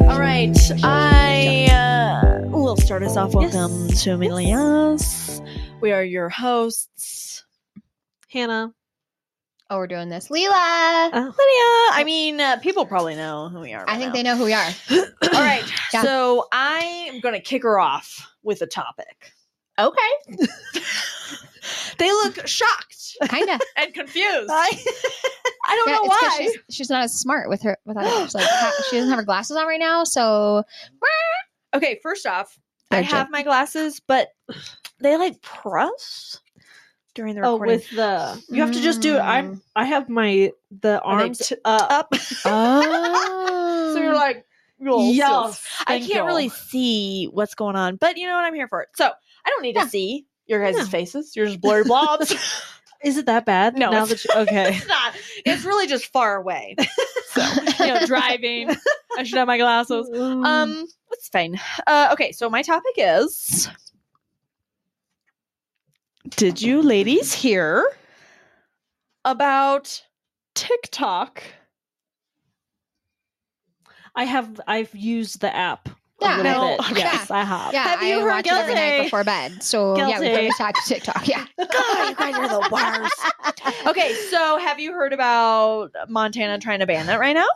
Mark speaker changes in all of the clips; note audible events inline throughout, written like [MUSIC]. Speaker 1: right. I uh, will start us off. Welcome to Emilia's. We are your hosts, Hannah,
Speaker 2: Oh, we're doing this. Leela!
Speaker 1: uh, Lydia. I mean, uh, people probably know who we are.
Speaker 2: I think they know who
Speaker 1: [LAUGHS]
Speaker 2: we are.
Speaker 1: they. All right.
Speaker 2: [CLEARS THROAT] Yeah.
Speaker 1: So I am going to kick her off with a topic.
Speaker 2: Okay.
Speaker 1: [LAUGHS] They look shocked
Speaker 2: Kinda.
Speaker 1: and confused.
Speaker 2: I
Speaker 1: I don't know why.
Speaker 2: She's, she's not as smart with her without her. She's like, ha- she doesn't
Speaker 1: [SIGHS]
Speaker 2: have her glasses on right now, so
Speaker 1: Okay, first off, I
Speaker 2: Gotcha.
Speaker 1: have my glasses, but they like press during the
Speaker 3: Oh,
Speaker 1: recording.
Speaker 3: with the you have to just do. I'm
Speaker 2: Mm.
Speaker 3: I have my the
Speaker 1: Are they
Speaker 3: arms t-
Speaker 1: [LAUGHS]
Speaker 3: up,
Speaker 1: up.
Speaker 2: Oh.
Speaker 1: [LAUGHS]
Speaker 3: so you're like you'll-
Speaker 1: Yes,
Speaker 3: you'll-
Speaker 1: I
Speaker 3: thank
Speaker 1: can't really
Speaker 3: you.
Speaker 1: see what's going on, but you know what? I'm here for it. So I don't need
Speaker 2: Yeah.
Speaker 1: to see your guys'
Speaker 3: No.
Speaker 1: faces. You're just blurry [LAUGHS] blobs.
Speaker 3: Is it that bad?
Speaker 1: No,
Speaker 3: Now
Speaker 1: it's-
Speaker 3: that you, okay.
Speaker 1: it's not. It's really just far away.
Speaker 3: [LAUGHS] you
Speaker 2: [LAUGHS]
Speaker 3: know, driving. I should have my glasses. [LAUGHS]
Speaker 1: [LAUGHS]
Speaker 2: um
Speaker 1: Um, it's fine. Uh, okay, so my topic is: Did you ladies hear about TikTok?
Speaker 3: I have. I've used the app. a
Speaker 2: Yeah,
Speaker 3: little
Speaker 1: no,
Speaker 3: bit.
Speaker 1: okay.
Speaker 3: Yes, I have.
Speaker 2: yeah,
Speaker 1: have
Speaker 2: I
Speaker 1: you heard
Speaker 2: watch it every night
Speaker 1: guilty?
Speaker 2: before bed. So yeah, we
Speaker 3: Guilty.
Speaker 2: go to talk to TikTok. Yeah.
Speaker 1: God, you guys are the worst. [LAUGHS] Okay, so have you heard about Montana trying to ban that right now?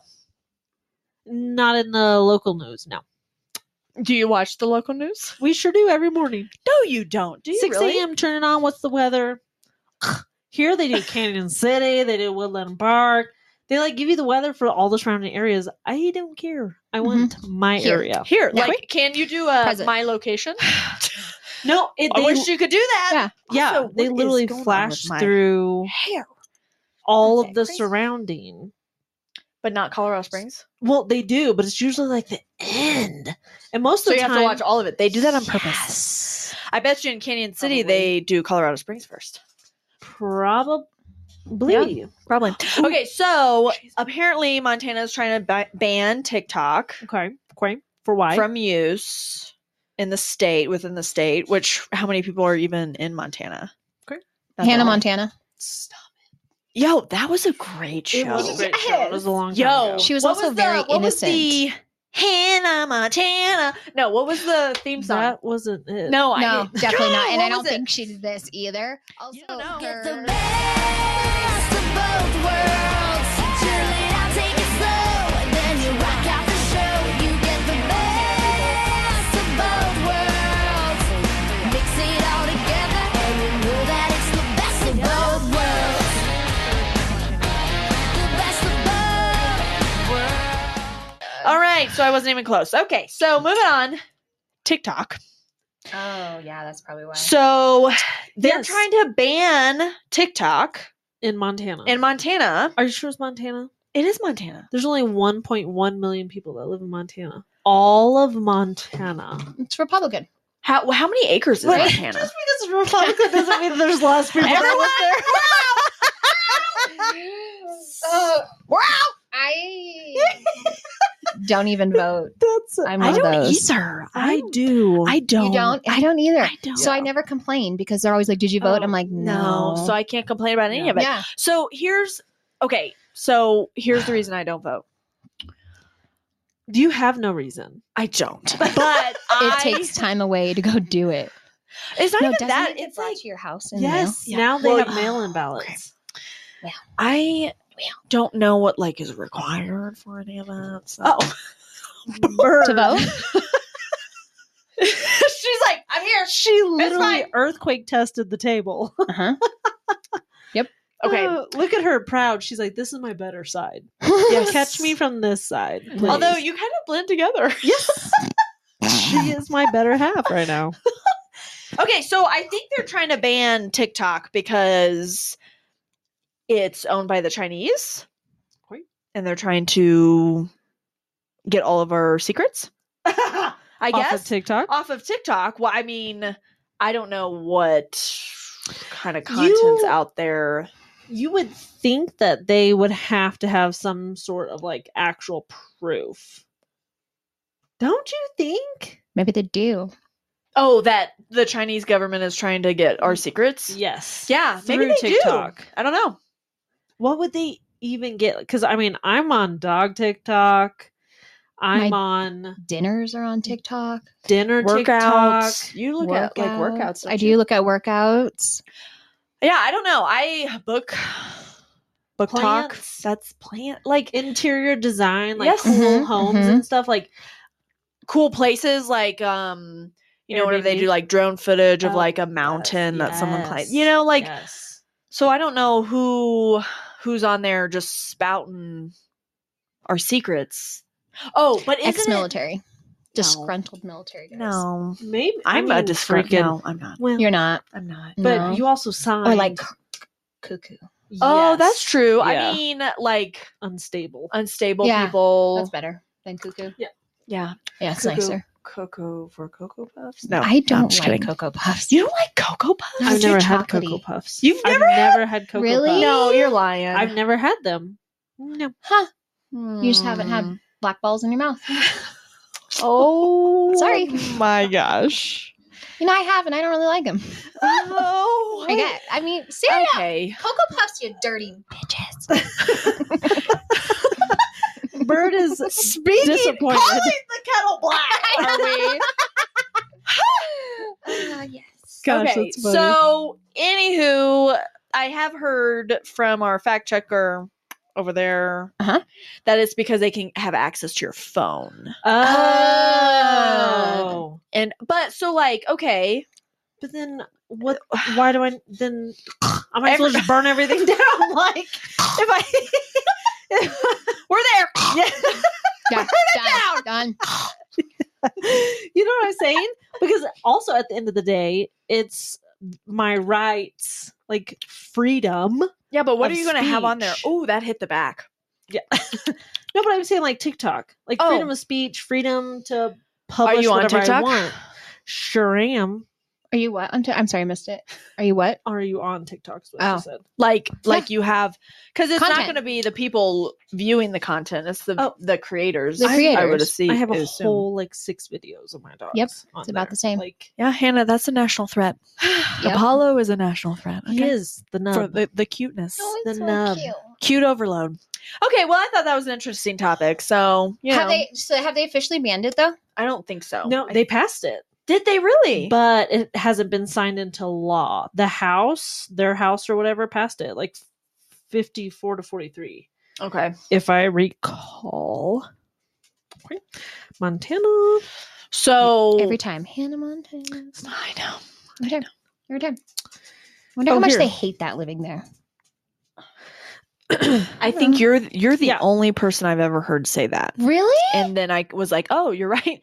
Speaker 3: Not in the local news. No,
Speaker 1: Do you watch the local news?
Speaker 3: we sure do every morning.
Speaker 1: No, you don't. Do you
Speaker 3: Six
Speaker 1: really?
Speaker 3: a.m. Turn it on. What's the weather? Here [LAUGHS] they do Canyon City. They do Woodland Park. They like give you the weather for all the surrounding areas. I don't care. I
Speaker 1: Mm-hmm.
Speaker 3: want my
Speaker 2: Here.
Speaker 3: area.
Speaker 1: Here,
Speaker 2: Yeah.
Speaker 1: like, can you do a
Speaker 2: Present.
Speaker 1: my
Speaker 3: [SIGHS]
Speaker 1: location?
Speaker 3: No, it,
Speaker 1: I
Speaker 3: they,
Speaker 1: wish you could do that.
Speaker 3: yeah,
Speaker 1: Also,
Speaker 3: they
Speaker 1: what is
Speaker 3: literally
Speaker 1: going on with
Speaker 3: flash
Speaker 1: my
Speaker 3: through
Speaker 1: Hair,
Speaker 3: all of
Speaker 1: Isn't
Speaker 3: the
Speaker 1: that crazy?
Speaker 3: surrounding.
Speaker 1: but not Colorado Springs.
Speaker 3: Well, they do, but it's usually like the end, and most
Speaker 1: So
Speaker 3: of
Speaker 1: you
Speaker 3: the
Speaker 1: have
Speaker 3: time
Speaker 1: to watch all of it. They do that on purpose.
Speaker 3: Yes,
Speaker 1: I bet you in Canyon City
Speaker 3: Probably.
Speaker 1: they do Colorado Springs first.
Speaker 3: probably.
Speaker 1: Probably. [GASPS] Okay, so apparently Montana is trying to ba- ban TikTok
Speaker 3: Okay. Okay. For why?
Speaker 1: from use in the state within the state. Which how many people are even in Montana?
Speaker 3: Okay.
Speaker 1: [LAUGHS] That's
Speaker 2: Hannah
Speaker 1: all.
Speaker 2: Montana.
Speaker 1: Yo, that was a great show.
Speaker 3: It was a great show. It was a long time
Speaker 1: Yo,
Speaker 3: ago.
Speaker 2: She was
Speaker 1: what
Speaker 2: also
Speaker 1: the-
Speaker 2: very
Speaker 1: what was
Speaker 2: innocent.
Speaker 1: the Hannah Montana. No, what was the theme song?
Speaker 3: that wasn't it.
Speaker 1: no, Oh, I
Speaker 2: No,
Speaker 1: didn't- [LAUGHS]
Speaker 2: [LAUGHS] definitely not.
Speaker 1: God,
Speaker 2: And I
Speaker 1: what
Speaker 2: don't
Speaker 1: was it?
Speaker 2: think she did this either. Also,
Speaker 1: don't know. Get
Speaker 2: her-
Speaker 1: All right, so I wasn't even close. Okay, so moving on. TikTok.
Speaker 2: Oh yeah, that's probably why.
Speaker 1: So they're
Speaker 3: Yes.
Speaker 1: trying to ban TikTok
Speaker 3: in Montana.
Speaker 1: in Montana.
Speaker 3: are you sure it's Montana?
Speaker 1: It is Montana.
Speaker 3: There's only 1.1 million people that live in Montana. All
Speaker 1: [LAUGHS]
Speaker 3: of Montana.
Speaker 2: It's Republican.
Speaker 1: How how many acres is
Speaker 3: Right.
Speaker 1: Montana?
Speaker 3: Just because it's Republican doesn't mean there's less people.
Speaker 1: Everyone,
Speaker 2: [LAUGHS] Oh, wow! I don't even vote.
Speaker 3: That's
Speaker 2: I'm one
Speaker 1: I
Speaker 2: of
Speaker 1: don't
Speaker 2: those.
Speaker 1: either.
Speaker 3: I do.
Speaker 1: I don't.
Speaker 2: You don't? I don't either.
Speaker 3: I don't.
Speaker 2: So I never complain because they're always like, "Did you vote?"
Speaker 3: Oh,
Speaker 2: I'm like, "No."
Speaker 1: No, so I can't complain about any
Speaker 3: Yeah.
Speaker 1: of it.
Speaker 2: yeah,
Speaker 1: So here's okay. So here's the reason I don't vote.
Speaker 3: Do you have no reason?
Speaker 1: I don't. But I,
Speaker 2: it takes time away to go do it.
Speaker 1: It's not
Speaker 2: No,
Speaker 1: even
Speaker 2: doesn't
Speaker 1: that.
Speaker 2: it get
Speaker 1: It's
Speaker 2: brought
Speaker 1: like
Speaker 2: to your house. in the mail?
Speaker 3: Yes.
Speaker 1: Yeah.
Speaker 3: Now they
Speaker 1: Well,
Speaker 3: have [SIGHS] mail-in ballots.
Speaker 1: I
Speaker 2: Well.
Speaker 1: don't know what like is required for any of that. So.
Speaker 2: to vote.
Speaker 1: She's like, I'm here.
Speaker 3: She
Speaker 1: fine.
Speaker 3: literally earthquake tested the table. [LAUGHS]
Speaker 2: Uh-huh.
Speaker 1: Okay.
Speaker 3: Uh, look at her proud. She's like, "This is my better side.
Speaker 1: [LAUGHS] Yes.
Speaker 3: Catch me from this side." please."
Speaker 1: Although you kind of blend together.
Speaker 3: yes, [LAUGHS] she is my better half right [LAUGHS] now.
Speaker 1: okay, so I think they're trying to ban TikTok because it's owned by the Chinese,
Speaker 3: Okay.
Speaker 1: and they're trying to get all of our [LAUGHS] secrets. I
Speaker 3: Off
Speaker 1: guess
Speaker 3: of TikTok.
Speaker 1: off of TikTok. Well, I mean, I don't know what kind of
Speaker 3: You-
Speaker 1: content's out there.
Speaker 3: you would think that they would have to have some sort of like actual proof. Don't you think?
Speaker 2: [LAUGHS] Maybe they do.
Speaker 1: Oh, that the Chinese government is trying to get our secrets.
Speaker 3: Yes.
Speaker 1: Yeah, maybe
Speaker 3: Through
Speaker 1: they TikTok.
Speaker 3: TikTok.
Speaker 1: I don't know.
Speaker 3: What would they even get? Because I mean, I'm on dog TikTok. I'm
Speaker 2: My-
Speaker 3: on
Speaker 2: Dinners are on TikTok.
Speaker 3: dinner
Speaker 1: workouts.
Speaker 3: TikTok.
Speaker 1: You look at like workouts. don't
Speaker 2: I do
Speaker 1: you?
Speaker 2: look at workouts.
Speaker 1: Yeah, I don't know. I book book
Speaker 3: Plants.
Speaker 1: talk. That's plant like
Speaker 3: interior design, like
Speaker 1: Yes.
Speaker 3: cool
Speaker 2: Mhm,
Speaker 3: homes and stuff. Like
Speaker 1: cool places like um you know whenever they
Speaker 3: Airbnb?
Speaker 1: do like drone footage of
Speaker 3: Oh,
Speaker 1: like a
Speaker 3: yes,
Speaker 1: mountain that someone climbed. You
Speaker 3: yes,
Speaker 1: know, like
Speaker 3: yes.
Speaker 1: so I don't know who who's on there just spouting our secrets. Oh, but isn't
Speaker 2: Ex military. Disgruntled military
Speaker 1: it?
Speaker 2: guys.
Speaker 1: No,
Speaker 3: maybe I
Speaker 1: I'm a
Speaker 3: mean,
Speaker 1: discreet.
Speaker 3: freaking-
Speaker 1: No, I'm not.
Speaker 3: Well,
Speaker 2: You're not.
Speaker 1: I'm not.
Speaker 3: but
Speaker 2: no.
Speaker 3: you also signed
Speaker 2: or like cuckoo.
Speaker 1: Oh,
Speaker 3: Yes.
Speaker 1: that's true.
Speaker 3: Yeah.
Speaker 1: I mean, like
Speaker 3: unstable.
Speaker 1: unstable
Speaker 2: Yeah,
Speaker 1: people.
Speaker 2: That's better than cuckoo.
Speaker 1: Yeah,
Speaker 2: Yeah, it's
Speaker 3: Cuckoo.
Speaker 2: nicer.
Speaker 1: cocoa for cocoa puffs. No,
Speaker 2: I don't
Speaker 1: just
Speaker 2: like
Speaker 1: kidding.
Speaker 2: cocoa puffs.
Speaker 1: You don't like cocoa puffs?
Speaker 2: No,
Speaker 3: I've
Speaker 2: too
Speaker 3: never had
Speaker 2: chocolatey.
Speaker 3: cocoa puffs.
Speaker 1: You've
Speaker 3: I've
Speaker 1: never had-
Speaker 3: never had cocoa
Speaker 2: Really?
Speaker 3: puffs.
Speaker 1: no, you're lying.
Speaker 3: I've never had them. No.
Speaker 2: huh? You just haven't
Speaker 1: Hmm.
Speaker 2: had black balls in your mouth.
Speaker 1: Oh,
Speaker 2: Sorry.
Speaker 1: My gosh. [LAUGHS]
Speaker 2: You know, I have, and I don't really like them.
Speaker 1: oh,
Speaker 2: I get. I mean, seriously,
Speaker 1: Okay.
Speaker 2: cocoa puffs, you dirty [LAUGHS] bitches.
Speaker 3: Bird is
Speaker 1: Speaking.
Speaker 3: disappointed.
Speaker 1: the kettle [LAUGHS] black. Are we?
Speaker 2: Uh, yes.
Speaker 3: Gosh,
Speaker 1: okay.
Speaker 3: that's funny.
Speaker 1: So, anywho, I have heard from our fact checker over there
Speaker 2: Uh-huh.
Speaker 1: that it's because they can have access to your phone.
Speaker 3: Oh.
Speaker 1: And but so like okay,
Speaker 3: But then
Speaker 1: Uh,
Speaker 3: what why do I then
Speaker 1: [SIGHS]
Speaker 3: I might as well
Speaker 1: Every-
Speaker 3: just burn everything [LAUGHS] down
Speaker 1: [LAUGHS]
Speaker 3: like
Speaker 1: if I we're there.
Speaker 2: Done. Done. Done.
Speaker 3: [LAUGHS] you know what I'm saying? Because also at the end of the day, it's my rights, like freedom.
Speaker 1: Yeah, but what
Speaker 3: Of
Speaker 1: are you going to have on there?
Speaker 3: speech.
Speaker 1: Oh, that hit the back.
Speaker 3: No, but I'm saying like TikTok, like
Speaker 1: Oh.
Speaker 3: freedom of speech, freedom to publish
Speaker 1: you on
Speaker 3: whatever I
Speaker 1: TikTok?
Speaker 3: want. Sure am.
Speaker 2: Are you what? I'm, t- I'm sorry, I missed it. Are you what?
Speaker 3: Are you on TikTok? Is what
Speaker 2: Oh.
Speaker 3: she said. [LAUGHS]
Speaker 1: Like like you have cuz it's not
Speaker 2: Content.
Speaker 1: going to be the people viewing the content. It's the
Speaker 3: Oh.
Speaker 1: the creators.
Speaker 2: The
Speaker 1: I would
Speaker 2: creators.
Speaker 1: assume.
Speaker 3: I have a
Speaker 1: assume.
Speaker 3: whole like six videos of my dogs.
Speaker 2: Yep,
Speaker 3: on
Speaker 2: it's about
Speaker 3: there.
Speaker 2: the same.
Speaker 3: Like
Speaker 1: Yeah, Hannah, that's a national [SIGHS] threat.
Speaker 2: Yep.
Speaker 1: Apollo is um, a national threat.
Speaker 3: he is the nub.
Speaker 1: For the, the cuteness.
Speaker 3: the nub.
Speaker 1: Cute overload. Okay, well, I thought that was an interesting topic. So, you
Speaker 2: Have
Speaker 1: know,
Speaker 2: they? So have they officially banned it though?
Speaker 1: I don't think so.
Speaker 3: no,
Speaker 1: I-
Speaker 3: they passed it.
Speaker 1: did they really?
Speaker 3: but it hasn't been signed into law. The house, their house or whatever, passed it like 54 to 43,
Speaker 1: okay.
Speaker 3: if I recall. Okay. Montana.
Speaker 1: So
Speaker 2: Every time, Hannah Montana.
Speaker 1: I know.
Speaker 2: Every time. Every time. Wonder
Speaker 3: Oh,
Speaker 2: how much
Speaker 3: here.
Speaker 2: they hate that living there.
Speaker 1: [CLEARS THROAT] I
Speaker 3: [LAUGHS]
Speaker 1: think you're you're the
Speaker 3: Yeah.
Speaker 1: only person I've ever heard say that.
Speaker 2: Really?
Speaker 1: And then I was like, "Oh, you're [LAUGHS] right.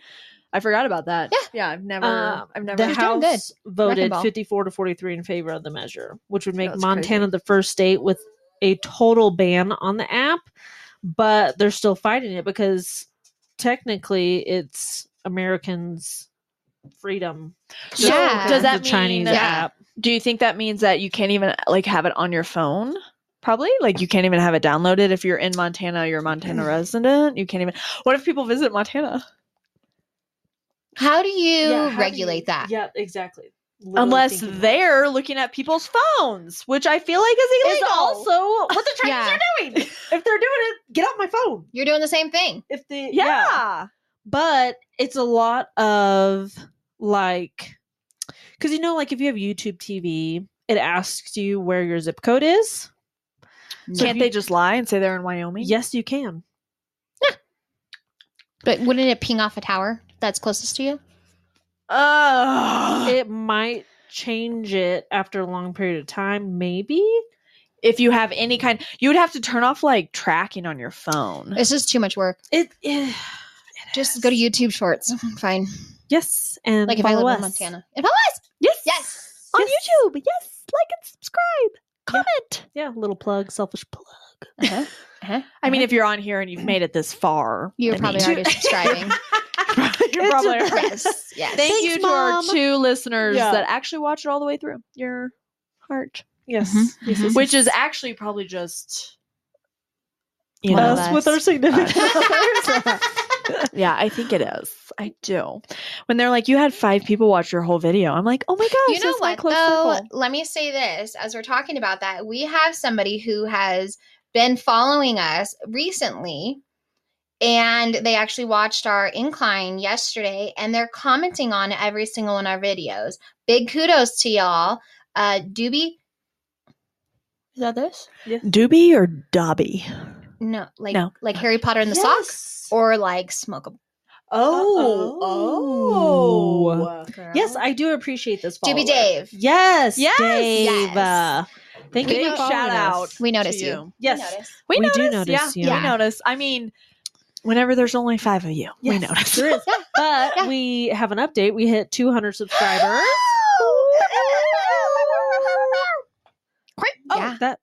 Speaker 1: I forgot about that." Yeah, Um, yeah. I've never,
Speaker 3: Uh,
Speaker 1: I've
Speaker 3: the
Speaker 1: never.
Speaker 2: You're doing good.
Speaker 3: House voted
Speaker 2: ball.
Speaker 3: 54 to 43 in favor of the measure, which would make
Speaker 1: That's
Speaker 3: Montana
Speaker 1: crazy.
Speaker 3: the first state with a total ban on the app. But they're still fighting it because technically it's Americans' freedom.
Speaker 1: So
Speaker 2: Yeah.
Speaker 1: does that
Speaker 3: the Chinese
Speaker 1: mean?
Speaker 2: Yeah.
Speaker 3: app?
Speaker 1: Do you think that means that you can't even like have it on your phone? Probably. Like you can't even have it downloaded if you're in Montana. You're a Montana resident. You can't even. What if people visit Montana?
Speaker 2: How do you
Speaker 3: Yeah, how do
Speaker 2: regulate
Speaker 3: you-
Speaker 2: that?
Speaker 3: Yeah, exactly. Literally
Speaker 1: Unless
Speaker 3: thinking that.
Speaker 1: they're looking at people's phones, which I feel like is
Speaker 3: It's
Speaker 1: illegal.
Speaker 3: also [LAUGHS] what the Chinese
Speaker 2: Yeah.
Speaker 3: are doing. If they're doing it, get off my phone.
Speaker 2: You're doing the same thing.
Speaker 3: If they
Speaker 1: yeah.
Speaker 3: but it's a lot of like because you know, like if you have YouTube TV, it asks you where your zip code is. So if
Speaker 1: Can't
Speaker 3: you-
Speaker 1: they just lie and say they're in Wyoming?
Speaker 3: Yes, you can.
Speaker 2: But wouldn't it ping off a tower that's closest to you?
Speaker 1: Uh,
Speaker 3: It might change it after a long period of time, maybe.
Speaker 1: if you have any kind, you would have to turn off like tracking on your phone.
Speaker 2: It's just too much work.
Speaker 3: It, eh, it
Speaker 2: Just go to YouTube Shorts. Fine.
Speaker 3: yes, and
Speaker 2: Like if I
Speaker 3: follow
Speaker 2: live
Speaker 3: us.
Speaker 2: in Montana. If I was
Speaker 1: Yes.
Speaker 2: yes.
Speaker 1: On
Speaker 3: Yes.
Speaker 1: YouTube. Yes. Like and subscribe. Comment.
Speaker 3: Yeah, little plug, selfish plug.
Speaker 2: Uh-huh. Uh-huh.
Speaker 1: I mean,
Speaker 2: uh-huh.
Speaker 1: if you're on here and you've made it this far,
Speaker 2: you're
Speaker 1: I
Speaker 2: probably
Speaker 1: mean-
Speaker 2: already subscribing.
Speaker 1: [LAUGHS]
Speaker 3: [LAUGHS]
Speaker 1: you're probably
Speaker 3: It's-
Speaker 1: already-
Speaker 2: yes. Yes.
Speaker 1: Thank
Speaker 3: Thanks,
Speaker 1: you to our
Speaker 3: Mom.
Speaker 1: two listeners
Speaker 3: Yeah.
Speaker 1: that actually watch it all the way through. Your heart,
Speaker 3: Yes.
Speaker 2: Mhm,
Speaker 3: yes,
Speaker 2: mhm.
Speaker 1: [LAUGHS]
Speaker 3: yes,
Speaker 1: which is
Speaker 3: yes.
Speaker 1: actually probably just you
Speaker 2: One
Speaker 1: know,
Speaker 2: of
Speaker 3: us with our
Speaker 2: us.
Speaker 3: [LAUGHS] significant
Speaker 1: yeah, I think it is. I do. When they're like, you had five people watch your whole video, I'm like, oh my gosh,
Speaker 2: [LAUGHS] You know
Speaker 1: that's my
Speaker 2: what
Speaker 1: close
Speaker 2: though?
Speaker 1: circle.
Speaker 2: Let me say this as we're talking about that. We have somebody who has been following us recently and they actually watched our incline yesterday and they're commenting on every single one of our videos. Big kudos to y'all. Uh Doobie Is that this?
Speaker 1: Doobie or Dobby?
Speaker 2: No, like
Speaker 1: No.
Speaker 2: like Harry Potter and the Socks or like Smoke a
Speaker 3: Oh,
Speaker 1: Uh-oh.
Speaker 3: oh.
Speaker 2: Girl.
Speaker 3: Yes, I do appreciate this.
Speaker 2: Doobie
Speaker 3: follower.
Speaker 2: Dave.
Speaker 3: Yes,
Speaker 1: Yes.
Speaker 3: Dave.
Speaker 2: Yes.
Speaker 3: Uh, thank you.
Speaker 1: Big
Speaker 2: know-
Speaker 3: for
Speaker 1: shout
Speaker 3: following
Speaker 1: out.
Speaker 3: us.
Speaker 2: We notice
Speaker 1: to
Speaker 2: you. We
Speaker 3: Yes,
Speaker 2: notice.
Speaker 1: We,
Speaker 3: We
Speaker 1: notice.
Speaker 3: do
Speaker 1: Yeah,
Speaker 3: notice you.
Speaker 1: We
Speaker 2: Yeah.
Speaker 1: notice. I mean, whenever there's only five of you, we
Speaker 3: Yes,
Speaker 1: notice.
Speaker 3: there
Speaker 1: [LAUGHS]
Speaker 3: is. But
Speaker 2: Yeah.
Speaker 3: we have an update. We hit 200 subscribers.
Speaker 2: [LAUGHS] Quick.
Speaker 3: Oh,
Speaker 2: Yeah.
Speaker 3: that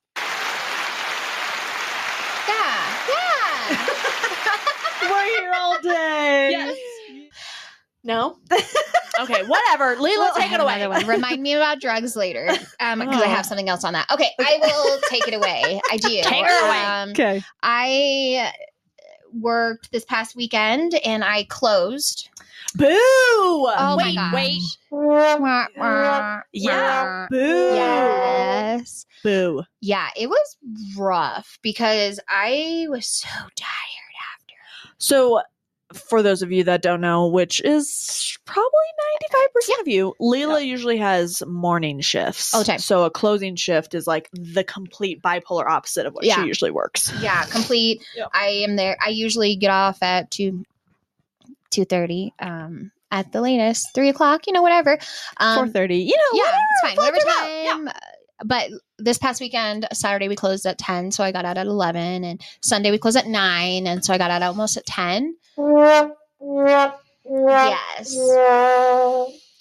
Speaker 2: Yeah. Yeah.
Speaker 3: we're here all day.
Speaker 1: Yes. [LAUGHS]
Speaker 3: No.
Speaker 1: Okay, whatever. Leela,
Speaker 2: Well, I
Speaker 1: take
Speaker 2: have
Speaker 1: it away.
Speaker 2: another one. Remind me about drugs later, because I
Speaker 3: Oh.
Speaker 2: have something else on that. Okay, I will take it away. I do.
Speaker 1: Take her away.
Speaker 2: Um,
Speaker 3: Okay.
Speaker 2: I worked this past weekend and I closed.
Speaker 1: Boo! Oh
Speaker 2: my
Speaker 1: wait,
Speaker 2: gosh.
Speaker 1: wait.
Speaker 2: Wah, wah,
Speaker 1: Yeah.
Speaker 2: wah.
Speaker 1: Boo.
Speaker 2: Yes.
Speaker 1: Boo.
Speaker 2: Yeah, it was rough because I was so tired after.
Speaker 1: So, for those of you that don't know, which is probably 95% of you, Leela usually has morning shifts.
Speaker 2: All the time.
Speaker 1: So, a closing shift is like the complete bipolar opposite of what she
Speaker 2: Yeah.
Speaker 1: usually works.
Speaker 2: Yeah, complete.
Speaker 3: Yeah.
Speaker 2: I am there. I usually get off at two two thirty. Um at the latest, three o'clock, you know, whatever. Um,
Speaker 1: 4.30, you know,
Speaker 2: yeah, it's fine.
Speaker 1: fuck
Speaker 2: Whatever
Speaker 1: it up.
Speaker 2: time. uh, But this past weekend, Saturday we closed at ten, so I got out at eleven, and Sunday we closed at nine, and so I got out almost at ten. Yes,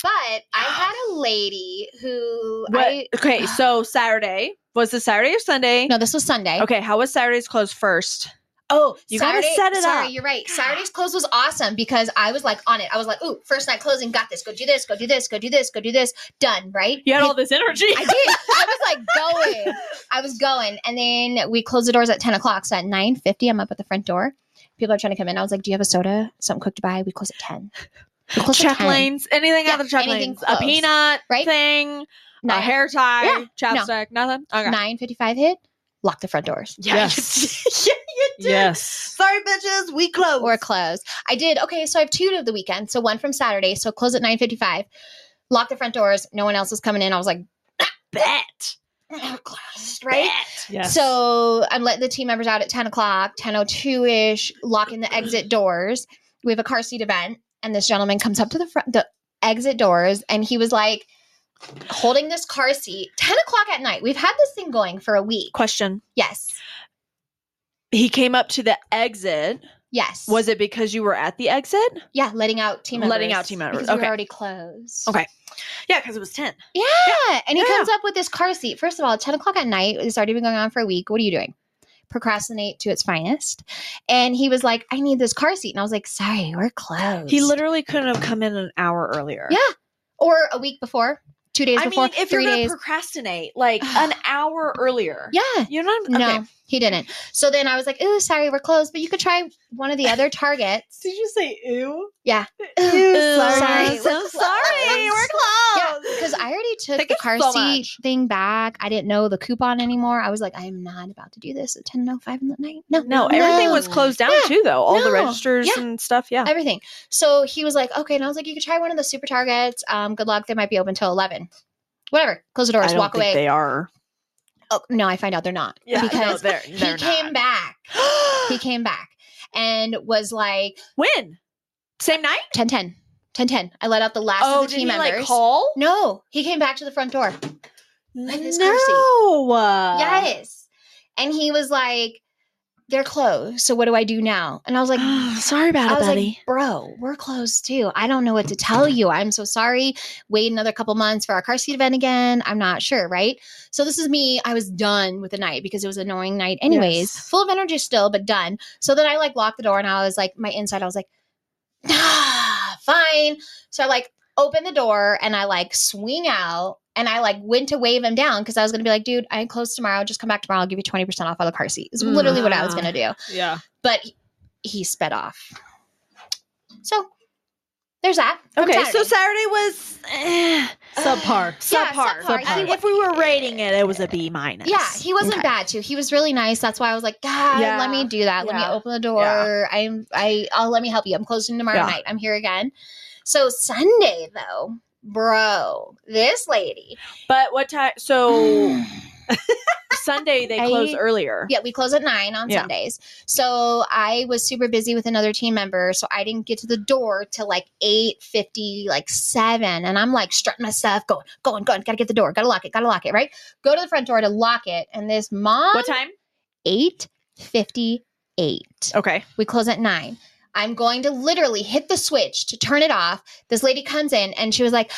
Speaker 2: but I had a lady who
Speaker 1: What-
Speaker 2: I
Speaker 1: okay, so Saturday. Was it Saturday or Sunday?
Speaker 2: no, this was Sunday.
Speaker 1: Okay, how was Saturday's close first?
Speaker 2: Oh,
Speaker 1: You gotta set it
Speaker 2: sorry,
Speaker 1: up.
Speaker 2: you're right. Saturday's close was awesome because I was like on it. I was like, ooh, first night closing, got this. Go do this. Go do this. Go do this. Go do this. Done. Right?
Speaker 1: You had all this energy. [LAUGHS]
Speaker 2: I did. I was like going. I was going, and then we closed the doors at ten o'clock. So at nine fifty, I'm up at the front door. People are trying to come in. I was like, "Do you have a soda? Something quick to buy?" We close at ten. We close at
Speaker 1: Check
Speaker 2: 10,
Speaker 1: lanes, anything
Speaker 2: Yeah,
Speaker 1: out of the check
Speaker 2: anything
Speaker 1: lanes.
Speaker 2: close.
Speaker 1: A peanut
Speaker 2: Right?
Speaker 1: thing, a
Speaker 2: Nine,
Speaker 1: hair tie,
Speaker 2: Yeah,
Speaker 1: chapstick, nothing? Okay. [LAUGHS]
Speaker 2: nine fifty-five hit. Lock the front doors.
Speaker 1: Yes. [LAUGHS] yeah, you did.
Speaker 3: [LAUGHS] Yes.
Speaker 1: Sorry, bitches, we close.
Speaker 2: We're closed. I did. Okay, so I have two of the weekend. So one from Saturday. So close at nine fifty-five. Lock the front doors. No one else was coming in. I was like,
Speaker 1: bet.
Speaker 2: "We're closed, right?
Speaker 1: Bet.
Speaker 3: Yes.
Speaker 2: So I'm letting the team members out at 10 o'clock, 10.02 ish, locking the exit doors. We have a car seat event, and this gentleman comes up to the front, the exit doors, and he was like holding this car seat. 10 o'clock at night. We've had this thing going for a week.
Speaker 1: Question.
Speaker 2: Yes.
Speaker 1: He came up to the exit.
Speaker 2: Yes.
Speaker 1: Was it because you were at the exit?
Speaker 2: yeah, letting out team members.
Speaker 1: Letting out team members,
Speaker 2: Because we were
Speaker 1: okay.
Speaker 2: already closed.
Speaker 1: Okay. Yeah, because it was 10.
Speaker 2: Yeah. And he
Speaker 1: Yeah.
Speaker 2: comes up with this car seat. First of all, 10 o'clock at night, it's already been going on for a week. What are you doing? Procrastinate to its finest. And he was like, I need this car seat. And I was like, sorry, we're closed.
Speaker 1: He literally couldn't have come in an hour earlier.
Speaker 2: Yeah, Or a week before, two days
Speaker 1: I
Speaker 2: before,
Speaker 1: mean, if you're
Speaker 2: three
Speaker 1: going to
Speaker 2: days.
Speaker 1: procrastinate, like [SIGHS] an hour earlier.
Speaker 2: yeah.
Speaker 1: You know what I'm
Speaker 2: No,
Speaker 1: okay.
Speaker 2: he didn't. So then I was like, ooh, sorry, we're closed, but you could try one of the
Speaker 1: [LAUGHS]
Speaker 2: other targets.
Speaker 1: Did you say ew? E-,
Speaker 2: Yeah. [LAUGHS]
Speaker 1: Ew,
Speaker 2: Ooh,
Speaker 1: sorry.
Speaker 2: sorry, [LAUGHS]
Speaker 1: I'm
Speaker 2: we're
Speaker 1: so [LAUGHS] sorry.
Speaker 2: closed.
Speaker 1: We're
Speaker 2: Yeah,
Speaker 1: closed.
Speaker 2: because I already took
Speaker 1: Thank
Speaker 2: the
Speaker 1: you
Speaker 2: car
Speaker 1: so
Speaker 2: seat
Speaker 1: much.
Speaker 2: thing back. I didn't know the coupon anymore. I was like, I am not about to do this at 10 05 in the night. No,
Speaker 1: [LAUGHS] No, everything was
Speaker 2: no.
Speaker 1: closed down
Speaker 2: Yeah.
Speaker 1: too, though. All the
Speaker 2: No.
Speaker 1: registers
Speaker 2: Yeah.
Speaker 1: and stuff. Yeah.
Speaker 2: [LAUGHS] everything. So he was like, okay. And I was like, you could try one of the super targets. Um, good luck. They might be open till 11. Whatever. Close the doors, walk away.
Speaker 1: they are.
Speaker 2: oh, no, I find out they're not.
Speaker 1: [LAUGHS]
Speaker 2: because
Speaker 1: they're,
Speaker 2: he
Speaker 1: [GASPS]
Speaker 2: came back. He came back and was like,
Speaker 1: when? Same night?
Speaker 2: 10 10, 10 10. I let out the last
Speaker 1: Oh,
Speaker 2: of the team members.
Speaker 1: call?
Speaker 2: no, he came back to the front door. in his car seat.
Speaker 3: no.
Speaker 1: Oh.
Speaker 3: Uh,
Speaker 2: yes. And he was like, they're closed. So what do I do now? And I was like,
Speaker 1: [SIGHS] sorry about
Speaker 2: I
Speaker 1: it,
Speaker 2: was
Speaker 1: buddy.
Speaker 2: like, bro, we're closed too. I don't know what to tell you. I'm so sorry. Wait another couple months for our car seat event again. I'm not sure, right? So this is me. I was done with the night because it was an annoying night, anyways.
Speaker 1: Yes.
Speaker 2: Full of energy still, but done. So then I like locked the door and I was like, my inside, I was like, ah, fine. So I like open the door and I like swing out. And I like went to wave him down because I was gonna be like, dude, I close tomorrow. Just come back tomorrow. I'll give you twenty percent off on the car seat. Is literally what I was
Speaker 1: Mm.
Speaker 2: gonna do
Speaker 3: Yeah.
Speaker 2: but he- he sped off. So There's that. from
Speaker 1: Okay, so
Speaker 2: Saturday.
Speaker 1: Saturday was eh,
Speaker 2: Uh,
Speaker 3: Subpar.
Speaker 2: [LAUGHS] Yeah,
Speaker 1: subpar.
Speaker 2: subpar.
Speaker 1: I mean,
Speaker 2: Subpar.
Speaker 1: if we were rating it, it was a B minus.
Speaker 2: [SIGHS] Yeah, he wasn't
Speaker 1: Okay.
Speaker 2: bad too. He was really nice. That's why I was like, God,
Speaker 1: Yeah.
Speaker 2: let me do that. Let me
Speaker 3: Yeah.
Speaker 2: open the door.
Speaker 1: Yeah.
Speaker 2: I'm I I'll let me help you. I'm closing tomorrow
Speaker 1: Yeah.
Speaker 2: night. I'm here again. So Sunday though, bro,
Speaker 1: [GASPS]
Speaker 2: this lady.
Speaker 1: But what time?
Speaker 2: [GASPS]
Speaker 1: So Sunday they
Speaker 2: I-
Speaker 1: close earlier.
Speaker 2: yeah, we close at nine on
Speaker 1: Yeah.
Speaker 2: Sundays. So I was super busy with another team member, so I didn't get to the door till like eight fifty, like seven. And I'm like strutting my stuff, going, going, going. Gotta get the door. Gotta lock it. Gotta lock it. Right. Go to the front door to lock it. And this mom
Speaker 1: What time?
Speaker 2: eight fifty eight.
Speaker 1: Okay.
Speaker 2: We close at nine. I'm going to literally hit the switch to turn it off. This lady comes in and she was like,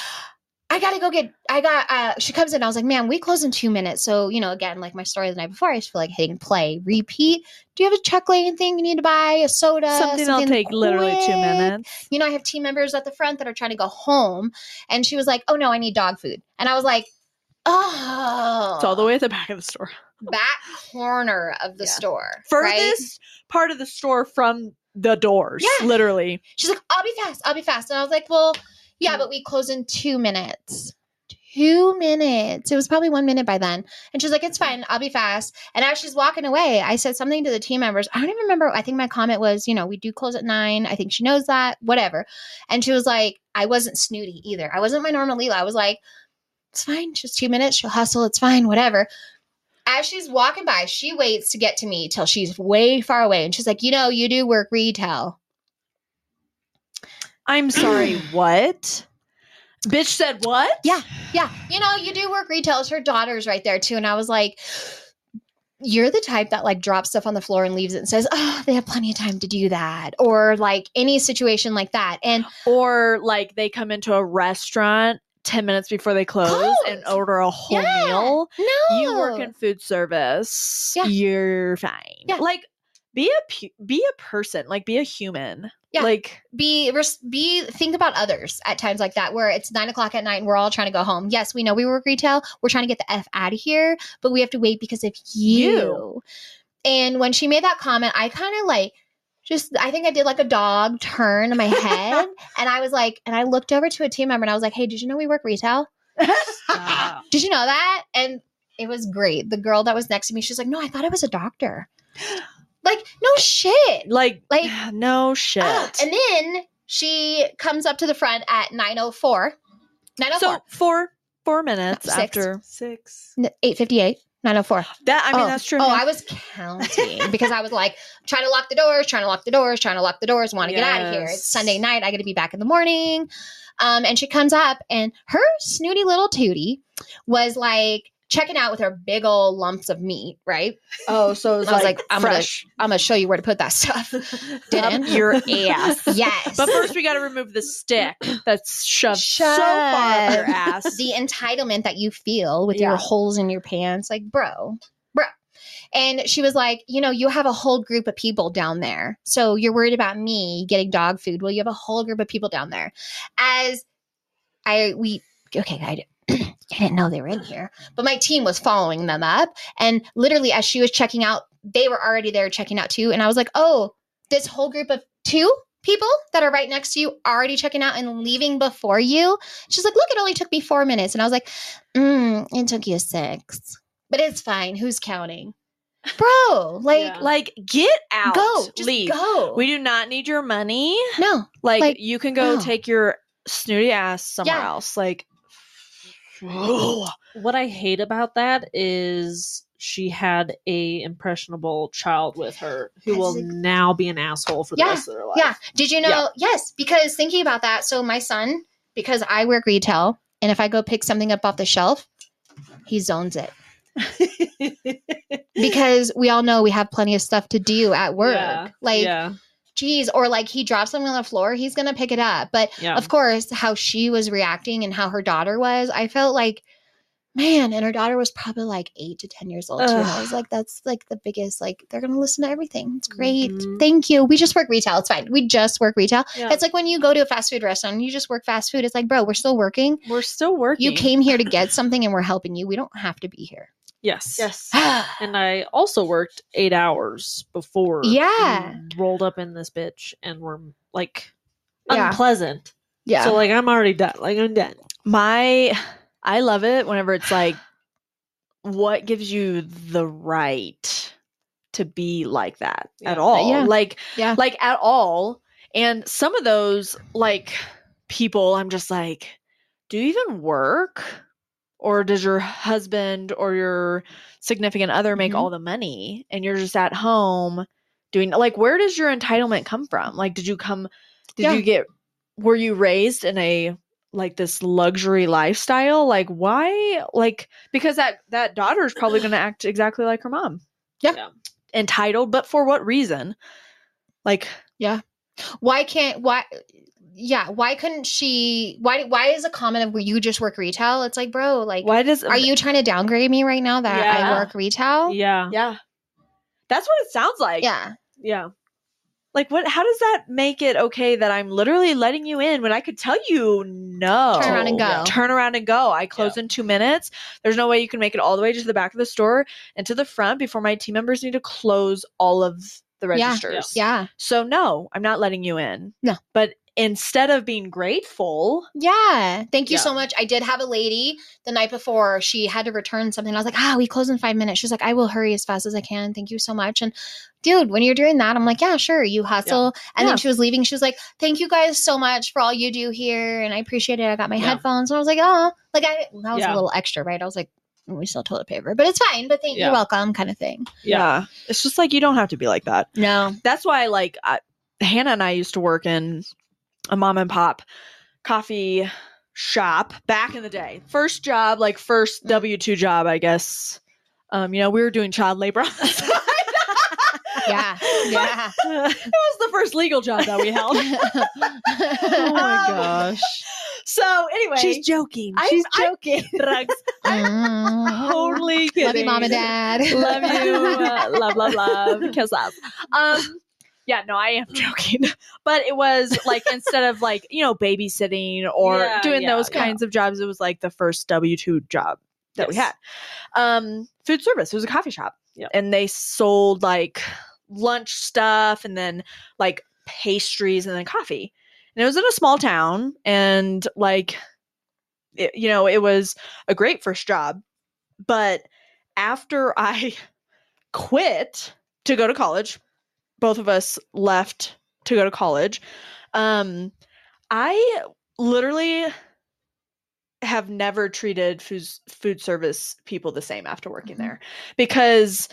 Speaker 2: I gotta go get, I got, uh, she comes in. I was like, man, we close in two minutes. So, you know, again, like my story the night before, I just feel like hitting play, repeat. Do you have a check lane thing you need to buy? A soda?
Speaker 1: Something that'll take literally two
Speaker 2: quick?
Speaker 1: minutes.
Speaker 2: You know, I have team members at the front that are trying to go home. And she was like, oh no, I need dog food. And I was like, oh.
Speaker 1: It's all the way at the back of the store. [LAUGHS]
Speaker 2: back corner of the
Speaker 1: Yeah.
Speaker 2: store. right?
Speaker 1: Furthest part of the store from the doors.
Speaker 2: Yeah.
Speaker 1: Literally.
Speaker 2: She's like, I'll be fast. I'll be fast. And I was like, well, yeah, but we close in two minutes. Two minutes. It was probably one minute by then. And she's like, it's fine. I'll be fast. And as she's walking away, I said something to the team members. I don't even remember. I think my comment was, you know, we do close at nine. I think she knows that, whatever. And she was like, I wasn't snooty either. I wasn't my normal Leela. I was like, it's fine. Just two minutes. She'll hustle. It's fine. Whatever. As she's walking by, she waits to get to me till she's way far away. And she's like, you know, you do work retail.
Speaker 1: I'm [CLEARS THROAT] sorry. what? Bitch said what?
Speaker 2: Yeah. Yeah, you know, you do work retail. It's her daughter's right there too, and I was like, "You're the type that like drops stuff on the floor and leaves it and says, oh, they have plenty of time to do that,' or like any situation like that." And
Speaker 1: Or like they come into a restaurant 10 minutes before they close, and
Speaker 2: Close.
Speaker 1: order a whole
Speaker 2: Yeah.
Speaker 1: meal.
Speaker 2: no,
Speaker 1: you work in food service
Speaker 2: Yeah.
Speaker 1: you're fine
Speaker 2: Yeah.
Speaker 1: like be a pu- be a person like be a human
Speaker 2: Yeah.
Speaker 1: like
Speaker 2: be res- be think about others at times like that where it's nine o'clock at night and we're all trying to go home. Yes, we know we work retail. We're trying to get the f out of here, but we have to wait because of you.
Speaker 1: You.
Speaker 2: And when she made that comment, I kind of like just I think I did like a dog turn in my head, and I was like, and I looked over to a team member and I was like, hey, did you know we work retail?
Speaker 3: Wow.
Speaker 2: Did you know that? And it was great. The girl that was next to me, she's like, no, I thought I was a doctor. [GASPS] Like, no shit.
Speaker 1: like
Speaker 2: Like-
Speaker 1: [SIGHS] no shit
Speaker 2: Ah, and then she comes up to the front at 904. 904.
Speaker 1: so four four minutes
Speaker 2: Six.
Speaker 1: after
Speaker 3: Six.
Speaker 2: N- 858. 904.
Speaker 1: that i mean
Speaker 2: oh.
Speaker 1: that's true
Speaker 2: Oh,
Speaker 1: man.
Speaker 2: I was counting [LAUGHS] because I was like trying to lock the doors, trying to lock the doors, trying to lock the doors, want to get out of here.
Speaker 1: Yes.
Speaker 2: It's Sunday night. I got to be back in the morning. Um, and she comes up, and her snooty little tootie was like checking out with her big old lumps of meat, right?
Speaker 1: oh so it
Speaker 2: I was like, I'm gonna-
Speaker 1: fresh
Speaker 2: I'm going to show you where to put
Speaker 1: [LAUGHS]
Speaker 2: that stuff.
Speaker 1: up [LAUGHS]
Speaker 2: Didn't.
Speaker 1: your ass
Speaker 2: yes.
Speaker 1: [LAUGHS] but first we gotta remove the stick that's shoved so far up your
Speaker 2: Shut.
Speaker 1: ass
Speaker 2: the entitlement that you feel with
Speaker 1: Yeah.
Speaker 2: your holes in your pants like bro bro and she was like you know you have a whole group of people down there so you're worried about me getting dog food well you have a whole group of people down there as i we okay i did [CLEARS THROAT] I didn't know they were in here, but my team was following them up. And literally, as she was checking out, they were already there checking out too. And I was like, oh, this whole group of two people that are right next to you already checking out and leaving before you. She's like, look, it only took me four minutes. And I was like, mm, it took you six, but it's fine. Who's counting?
Speaker 1: [LAUGHS]
Speaker 2: Bro, like,
Speaker 3: Yeah.
Speaker 1: like get out
Speaker 2: go, just
Speaker 1: leave
Speaker 2: go.
Speaker 1: we do not need your money
Speaker 2: no,
Speaker 1: Like,
Speaker 2: Like,
Speaker 1: you can go
Speaker 2: wow.
Speaker 1: take your snooty ass somewhere
Speaker 2: Yeah.
Speaker 1: else. Like
Speaker 3: What I hate about that is she had a impressionable child with her who will
Speaker 2: That's-
Speaker 3: now be an asshole for the
Speaker 2: Yeah,
Speaker 3: rest of their life.
Speaker 2: Yeah. Did you know?
Speaker 1: Yeah.
Speaker 2: Yes, because thinking about that, so my son, because I work retail, and if I go pick something up off the shelf, he zones it
Speaker 3: [LAUGHS]
Speaker 2: because we all know we have plenty of stuff to do at work.
Speaker 3: Yeah,
Speaker 2: Like,
Speaker 3: yeah,
Speaker 2: geez, or like he drops something on the floor, he's gonna pick it up. But
Speaker 3: yeah.
Speaker 2: of course, how she was reacting and how her daughter was, I felt like. Man, and her daughter was probably like eight to ten years old too. And I
Speaker 3: Ugh.
Speaker 2: was like, that's like the biggest. Like, they're gonna listen to everything. It's great.
Speaker 3: Mhm.
Speaker 2: Thank you. We just work retail. It's fine. We just work retail.
Speaker 3: Yeah.
Speaker 2: It's like when you go to a fast food restaurant and you just work fast food. It's like, bro, we're still working.
Speaker 3: we're still working.
Speaker 2: You came here to get something and we're helping you. We don't have to
Speaker 3: [SIGHS]
Speaker 2: be here.
Speaker 3: Yes.
Speaker 1: [LAUGHS] yes.
Speaker 3: And I also worked eight hours before.
Speaker 2: Yeah.
Speaker 3: we rolled up in this bitch and were like
Speaker 2: Yeah.
Speaker 3: unpleasant.
Speaker 1: Yeah.
Speaker 3: Um, So like I'm already done. Like I'm done.
Speaker 1: my I love it whenever it's like what gives you the right to be like that
Speaker 3: Yeah.
Speaker 1: at all?
Speaker 2: Yeah.
Speaker 1: Like
Speaker 2: Yeah.
Speaker 1: like at all. And some of those like people I'm just like do you even work? Or does your husband or your significant other make
Speaker 2: Mhm.
Speaker 1: all the money and you're just at home doing like where does your entitlement come from? Like did you come did
Speaker 2: Yeah.
Speaker 1: you get were you raised in a like this luxury lifestyle? Like why like because that that daughter is probably going to act exactly like her mom.
Speaker 2: Yeah.
Speaker 3: Yeah.
Speaker 1: Entitled, but for what reason? Like
Speaker 2: why can't why yeah why couldn't she why why is a comment of where you just work retail it's like bro like
Speaker 1: why does um,
Speaker 2: are you trying to downgrade me right now that
Speaker 3: Yeah.
Speaker 2: i work retail yeah,
Speaker 3: Yeah.
Speaker 1: Yeah. That's what it sounds like.
Speaker 3: Yeah.
Speaker 1: Like what how does that make it okay that I'm literally letting you in when I could tell you no.
Speaker 2: turn around and go
Speaker 3: Yeah.
Speaker 1: Turn around and go. I close in 2 minutes. There's no way you can make it all the way to the back of the store and to the front before my team members need to close all of the
Speaker 2: Yeah. Yeah.
Speaker 1: registers.
Speaker 2: yeah
Speaker 1: So no, I'm not letting you in.
Speaker 2: No.
Speaker 1: But instead of being grateful,
Speaker 2: yeah thank you
Speaker 3: Yeah.
Speaker 2: so much i did have a lady the night before she had to return something i was like ah we close in five minutes she's like i will hurry as fast as i can thank you so much and dude when you're doing that i'm like yeah sure you hustle
Speaker 1: Yeah.
Speaker 2: and then she was leaving she was like thank you guys so much for all you do here and i appreciate it i got my
Speaker 3: Yeah.
Speaker 2: headphones and i was like oh like i that was
Speaker 3: Yeah.
Speaker 2: a little extra right i was like "Mm, we still toilet paper but it's fine but thank
Speaker 3: Yeah.
Speaker 2: you're welcome kind of thing
Speaker 1: yeah. It's just like you don't have to be like that.
Speaker 2: no
Speaker 1: that's why like I, Hannah and I used to work in a mom and pop coffee shop back in the day. First job, like first W two job, I guess. Um, you know, we were doing child labor. [LAUGHS] on the side.
Speaker 2: yeah yeah
Speaker 1: it was the first legal job that we
Speaker 2: [LAUGHS]
Speaker 1: held.
Speaker 3: Oh my
Speaker 1: Um,
Speaker 3: gosh.
Speaker 1: so anyway,
Speaker 3: joking.
Speaker 1: I'm- I'm
Speaker 3: joking.
Speaker 1: drugs.
Speaker 2: Mm.
Speaker 1: Totally kidding.
Speaker 2: [LAUGHS] love you mom and dad
Speaker 1: love you.
Speaker 2: [LAUGHS]
Speaker 1: Uh, love, love, love. Kiss love. Um, yeah, no, I am joking. [LAUGHS] But it was like instead of like, you know, babysitting or
Speaker 3: Yeah,
Speaker 1: doing
Speaker 3: yeah,
Speaker 1: those
Speaker 3: yeah.
Speaker 1: kinds of jobs, it was like the first W 2 job that we had.
Speaker 3: Yes.
Speaker 1: Um, food service, it was a coffee shop.
Speaker 3: Yep.
Speaker 1: And they sold like lunch stuff and then like pastries and then coffee. And it was in a small town and like, it, you know, it was a great first job. But after [LAUGHS] I quit to go to college, both of us left to go to college. Um, I literally have never treated food food service people the same after working
Speaker 2: Mhm.
Speaker 1: there because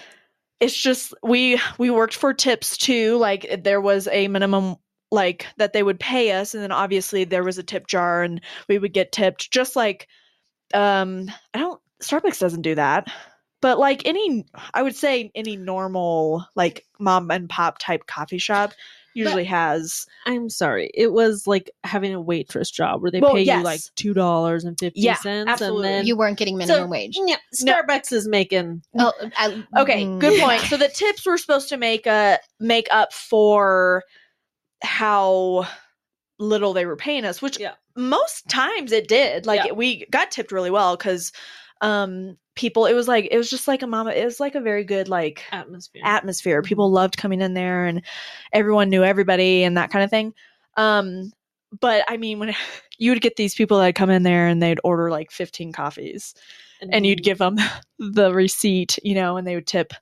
Speaker 1: it's just we we worked for tips too. Like there was a minimum like that they would pay us, and then obviously there was a tip jar, and we would get tipped just like um I don't Starbucks doesn't do that. But like any I would say any normal like mom and pop type coffee shop usually has
Speaker 3: I'm sorry. It was like having a waitress job where they
Speaker 1: Well,
Speaker 3: pay
Speaker 1: yes.
Speaker 3: you like two dollars and fifty
Speaker 1: Yeah,
Speaker 3: and
Speaker 1: absolutely.
Speaker 3: then
Speaker 2: you weren't getting
Speaker 1: [LAUGHS]
Speaker 2: minimum wage
Speaker 3: yeah, Starbucks is making
Speaker 2: [LAUGHS] oh, I-
Speaker 1: Okay,
Speaker 2: mm.
Speaker 1: good point. So the tips were supposed to make a make up for how little they were paying us, which
Speaker 3: Yeah.
Speaker 1: most times it did. Like
Speaker 3: Yeah.
Speaker 1: we got tipped really well because um people it was like it was just like a mama it was like a very good like
Speaker 3: atmosphere.
Speaker 1: atmosphere. People loved coming in there and everyone knew everybody and that kind of thing. Um, but I mean, when [LAUGHS] you would get these people that come in there and they'd order like 15 coffees and you'd give them [LAUGHS] the receipt, you know, and they would tip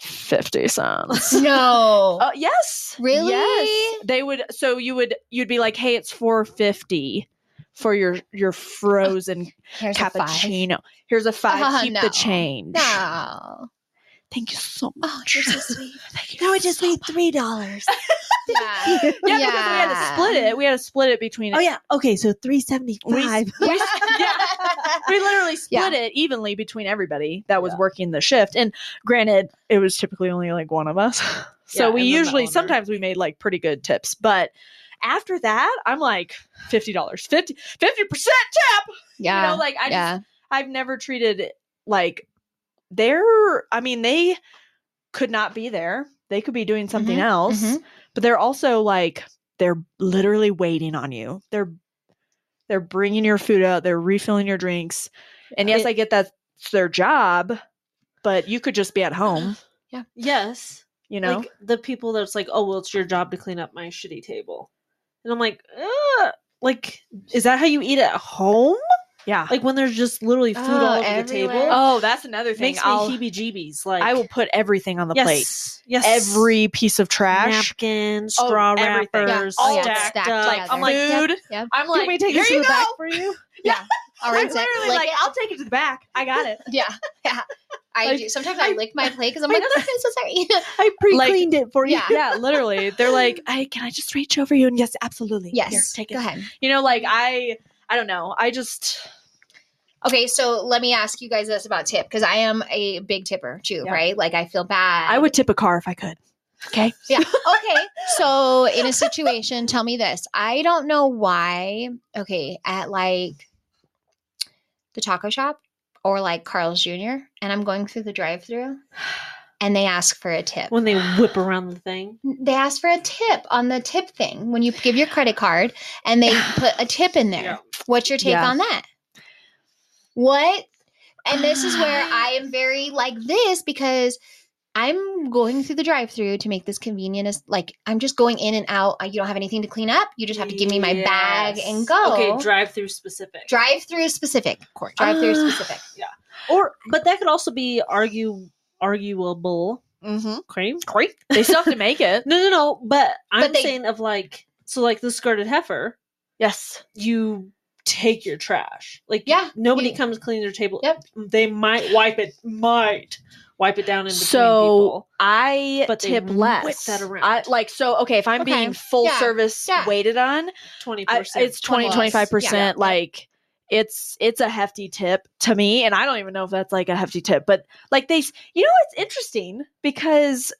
Speaker 1: 50 cents.
Speaker 2: no
Speaker 1: Oh yes.
Speaker 2: Really?
Speaker 1: Yes. They would so you would you'd be like, "Hey, it's 450 for your your frozen
Speaker 2: Here's Uh, a five.
Speaker 1: cappuccino. Here's a 5.
Speaker 2: [LAUGHS] Uh,
Speaker 1: Keep
Speaker 2: no.
Speaker 1: the change."
Speaker 2: No.
Speaker 1: Thank you so much.
Speaker 2: Oh, you're so sweet.
Speaker 1: Thank you so
Speaker 3: three dollars.
Speaker 2: [LAUGHS] yeah.
Speaker 1: [LAUGHS] Yeah, because we had to
Speaker 2: Yeah.
Speaker 1: split it. We had to split it between.
Speaker 3: Oh, yeah. Okay, so three seventy
Speaker 2: [LAUGHS] Yeah.
Speaker 1: We literally
Speaker 2: Yeah.
Speaker 1: split it evenly between everybody that was
Speaker 3: Yeah.
Speaker 1: working the shift. And granted, it was typically only like one of us. [LAUGHS] So we
Speaker 3: Yeah, and then the
Speaker 1: usually
Speaker 3: owner.
Speaker 1: sometimes we made like pretty good tips, but after that, I'm like fifty dollars, 50 percent tip. You
Speaker 2: Yeah.
Speaker 1: know, like I just [LAUGHS]
Speaker 2: yeah.
Speaker 1: I've never treated it like they're I mean, they could not be there. They could be doing something
Speaker 2: Mhm,
Speaker 3: Mm-hmm,
Speaker 1: else,
Speaker 2: mhm.
Speaker 1: but they're also like they're literally waiting on you. They're they're bringing your food out, they're refilling your drinks. And yes,
Speaker 3: It-
Speaker 1: I get that's their job, but you could just be at
Speaker 3: [GASPS]
Speaker 1: home,
Speaker 3: Yes.
Speaker 1: you know.
Speaker 3: Like the people that's like, oh well, it's your job to clean up my shitty table, and I'm like, Ugh. Like, is that how you eat at home?
Speaker 1: Yeah.
Speaker 3: Like when there's just literally food
Speaker 2: Oh,
Speaker 3: all over
Speaker 2: everywhere.
Speaker 3: the table.
Speaker 1: Oh, that's another
Speaker 3: it
Speaker 1: thing.
Speaker 3: makes
Speaker 1: I'll,
Speaker 3: me heebie-jeebies. Like
Speaker 1: I will put everything on the plate.
Speaker 3: yes, yes.
Speaker 1: Every piece
Speaker 3: napkin,
Speaker 1: trash. Oh,
Speaker 3: straw
Speaker 1: everything. Yeah,
Speaker 3: wrappers,
Speaker 1: all
Speaker 3: all
Speaker 1: stacked
Speaker 3: stacked, up.
Speaker 1: Like,
Speaker 2: together.
Speaker 1: I'm like,
Speaker 2: Yep,
Speaker 1: dude.
Speaker 2: yep.
Speaker 1: I'm
Speaker 3: Can
Speaker 1: like,
Speaker 3: we take
Speaker 1: here
Speaker 3: this to
Speaker 1: you
Speaker 3: the
Speaker 1: go.
Speaker 3: back for you?
Speaker 2: I'll
Speaker 1: I'm
Speaker 2: rinse it.
Speaker 1: literally
Speaker 2: Lick
Speaker 1: like,
Speaker 2: it.
Speaker 1: I'll take it to the back. I got it.
Speaker 2: Yeah, yeah. I
Speaker 1: Like,
Speaker 2: do. Sometimes I,
Speaker 1: I-
Speaker 2: lick
Speaker 1: [LAUGHS]
Speaker 2: my plate because I'm
Speaker 1: I-
Speaker 2: like, oh, I'm so sorry. [LAUGHS]
Speaker 3: I
Speaker 1: [LAUGHS] pre-cleaned
Speaker 3: it for
Speaker 2: you. Yeah.
Speaker 1: yeah, literally. [LAUGHS] They're like, I can I just reach over you? And yes, absolutely.
Speaker 2: yes,
Speaker 1: Here, take
Speaker 2: go
Speaker 1: it.
Speaker 2: ahead.
Speaker 1: You know, like I I don't know. I just
Speaker 2: Okay, so let me ask you guys this about tip because I am a big tipper too,
Speaker 1: Yeah.
Speaker 2: right? Like I feel bad.
Speaker 1: I would tip a car if I could. Okay.
Speaker 2: Yeah. Okay. So in a situation, tell me this. I don't know why. Okay, at like the taco shop or like Carl's Jr. and I'm going through the drive-through and they ask for a tip.
Speaker 3: When they whip around the thing.
Speaker 2: they ask for a tip on the tip thing when you give your credit card
Speaker 3: [SIGHS]
Speaker 2: and they put a tip in there.
Speaker 3: Yeah.
Speaker 2: What's your take
Speaker 1: Yeah.
Speaker 2: on that? What? And this
Speaker 3: [SIGHS]
Speaker 2: is where I am very like this because I'm going through the drive-through to make this convenient as like I'm just going in and out. You don't have anything to clean up. You just have to give me my bag and
Speaker 3: Yes.
Speaker 2: go.
Speaker 3: Okay, drive-through specific.
Speaker 2: drive-through specific. Drive-through
Speaker 1: Ah.
Speaker 2: specific.
Speaker 3: or but that could also be argue arguable.
Speaker 1: Mm-hmm.
Speaker 3: Okay.
Speaker 1: Great. They still have to make it.
Speaker 3: [LAUGHS] No, no, no. But I'm
Speaker 2: they-
Speaker 3: saying of like so like the skirted heifer,
Speaker 1: [LAUGHS] Yes.
Speaker 3: you take your trash. Like
Speaker 2: Yeah,
Speaker 3: nobody
Speaker 2: you-
Speaker 3: comes clean their table.
Speaker 2: Yep.
Speaker 3: They might wipe it. Might wipe it down in between
Speaker 1: So
Speaker 3: people.
Speaker 1: I
Speaker 3: But they
Speaker 1: tip
Speaker 3: whip
Speaker 1: less.
Speaker 3: that around.
Speaker 1: I, like so. Okay, if I'm
Speaker 2: Okay.
Speaker 1: being full
Speaker 2: Yeah.
Speaker 1: service
Speaker 2: Yeah.
Speaker 1: waited on,
Speaker 3: Twenty
Speaker 1: I,
Speaker 3: percent.
Speaker 1: it's 20
Speaker 2: Plus. Yeah.
Speaker 1: 25 percent. Like it's it's a hefty tip to me, and I don't even know if that's like a hefty tip, but like they, s- you know, it's interesting because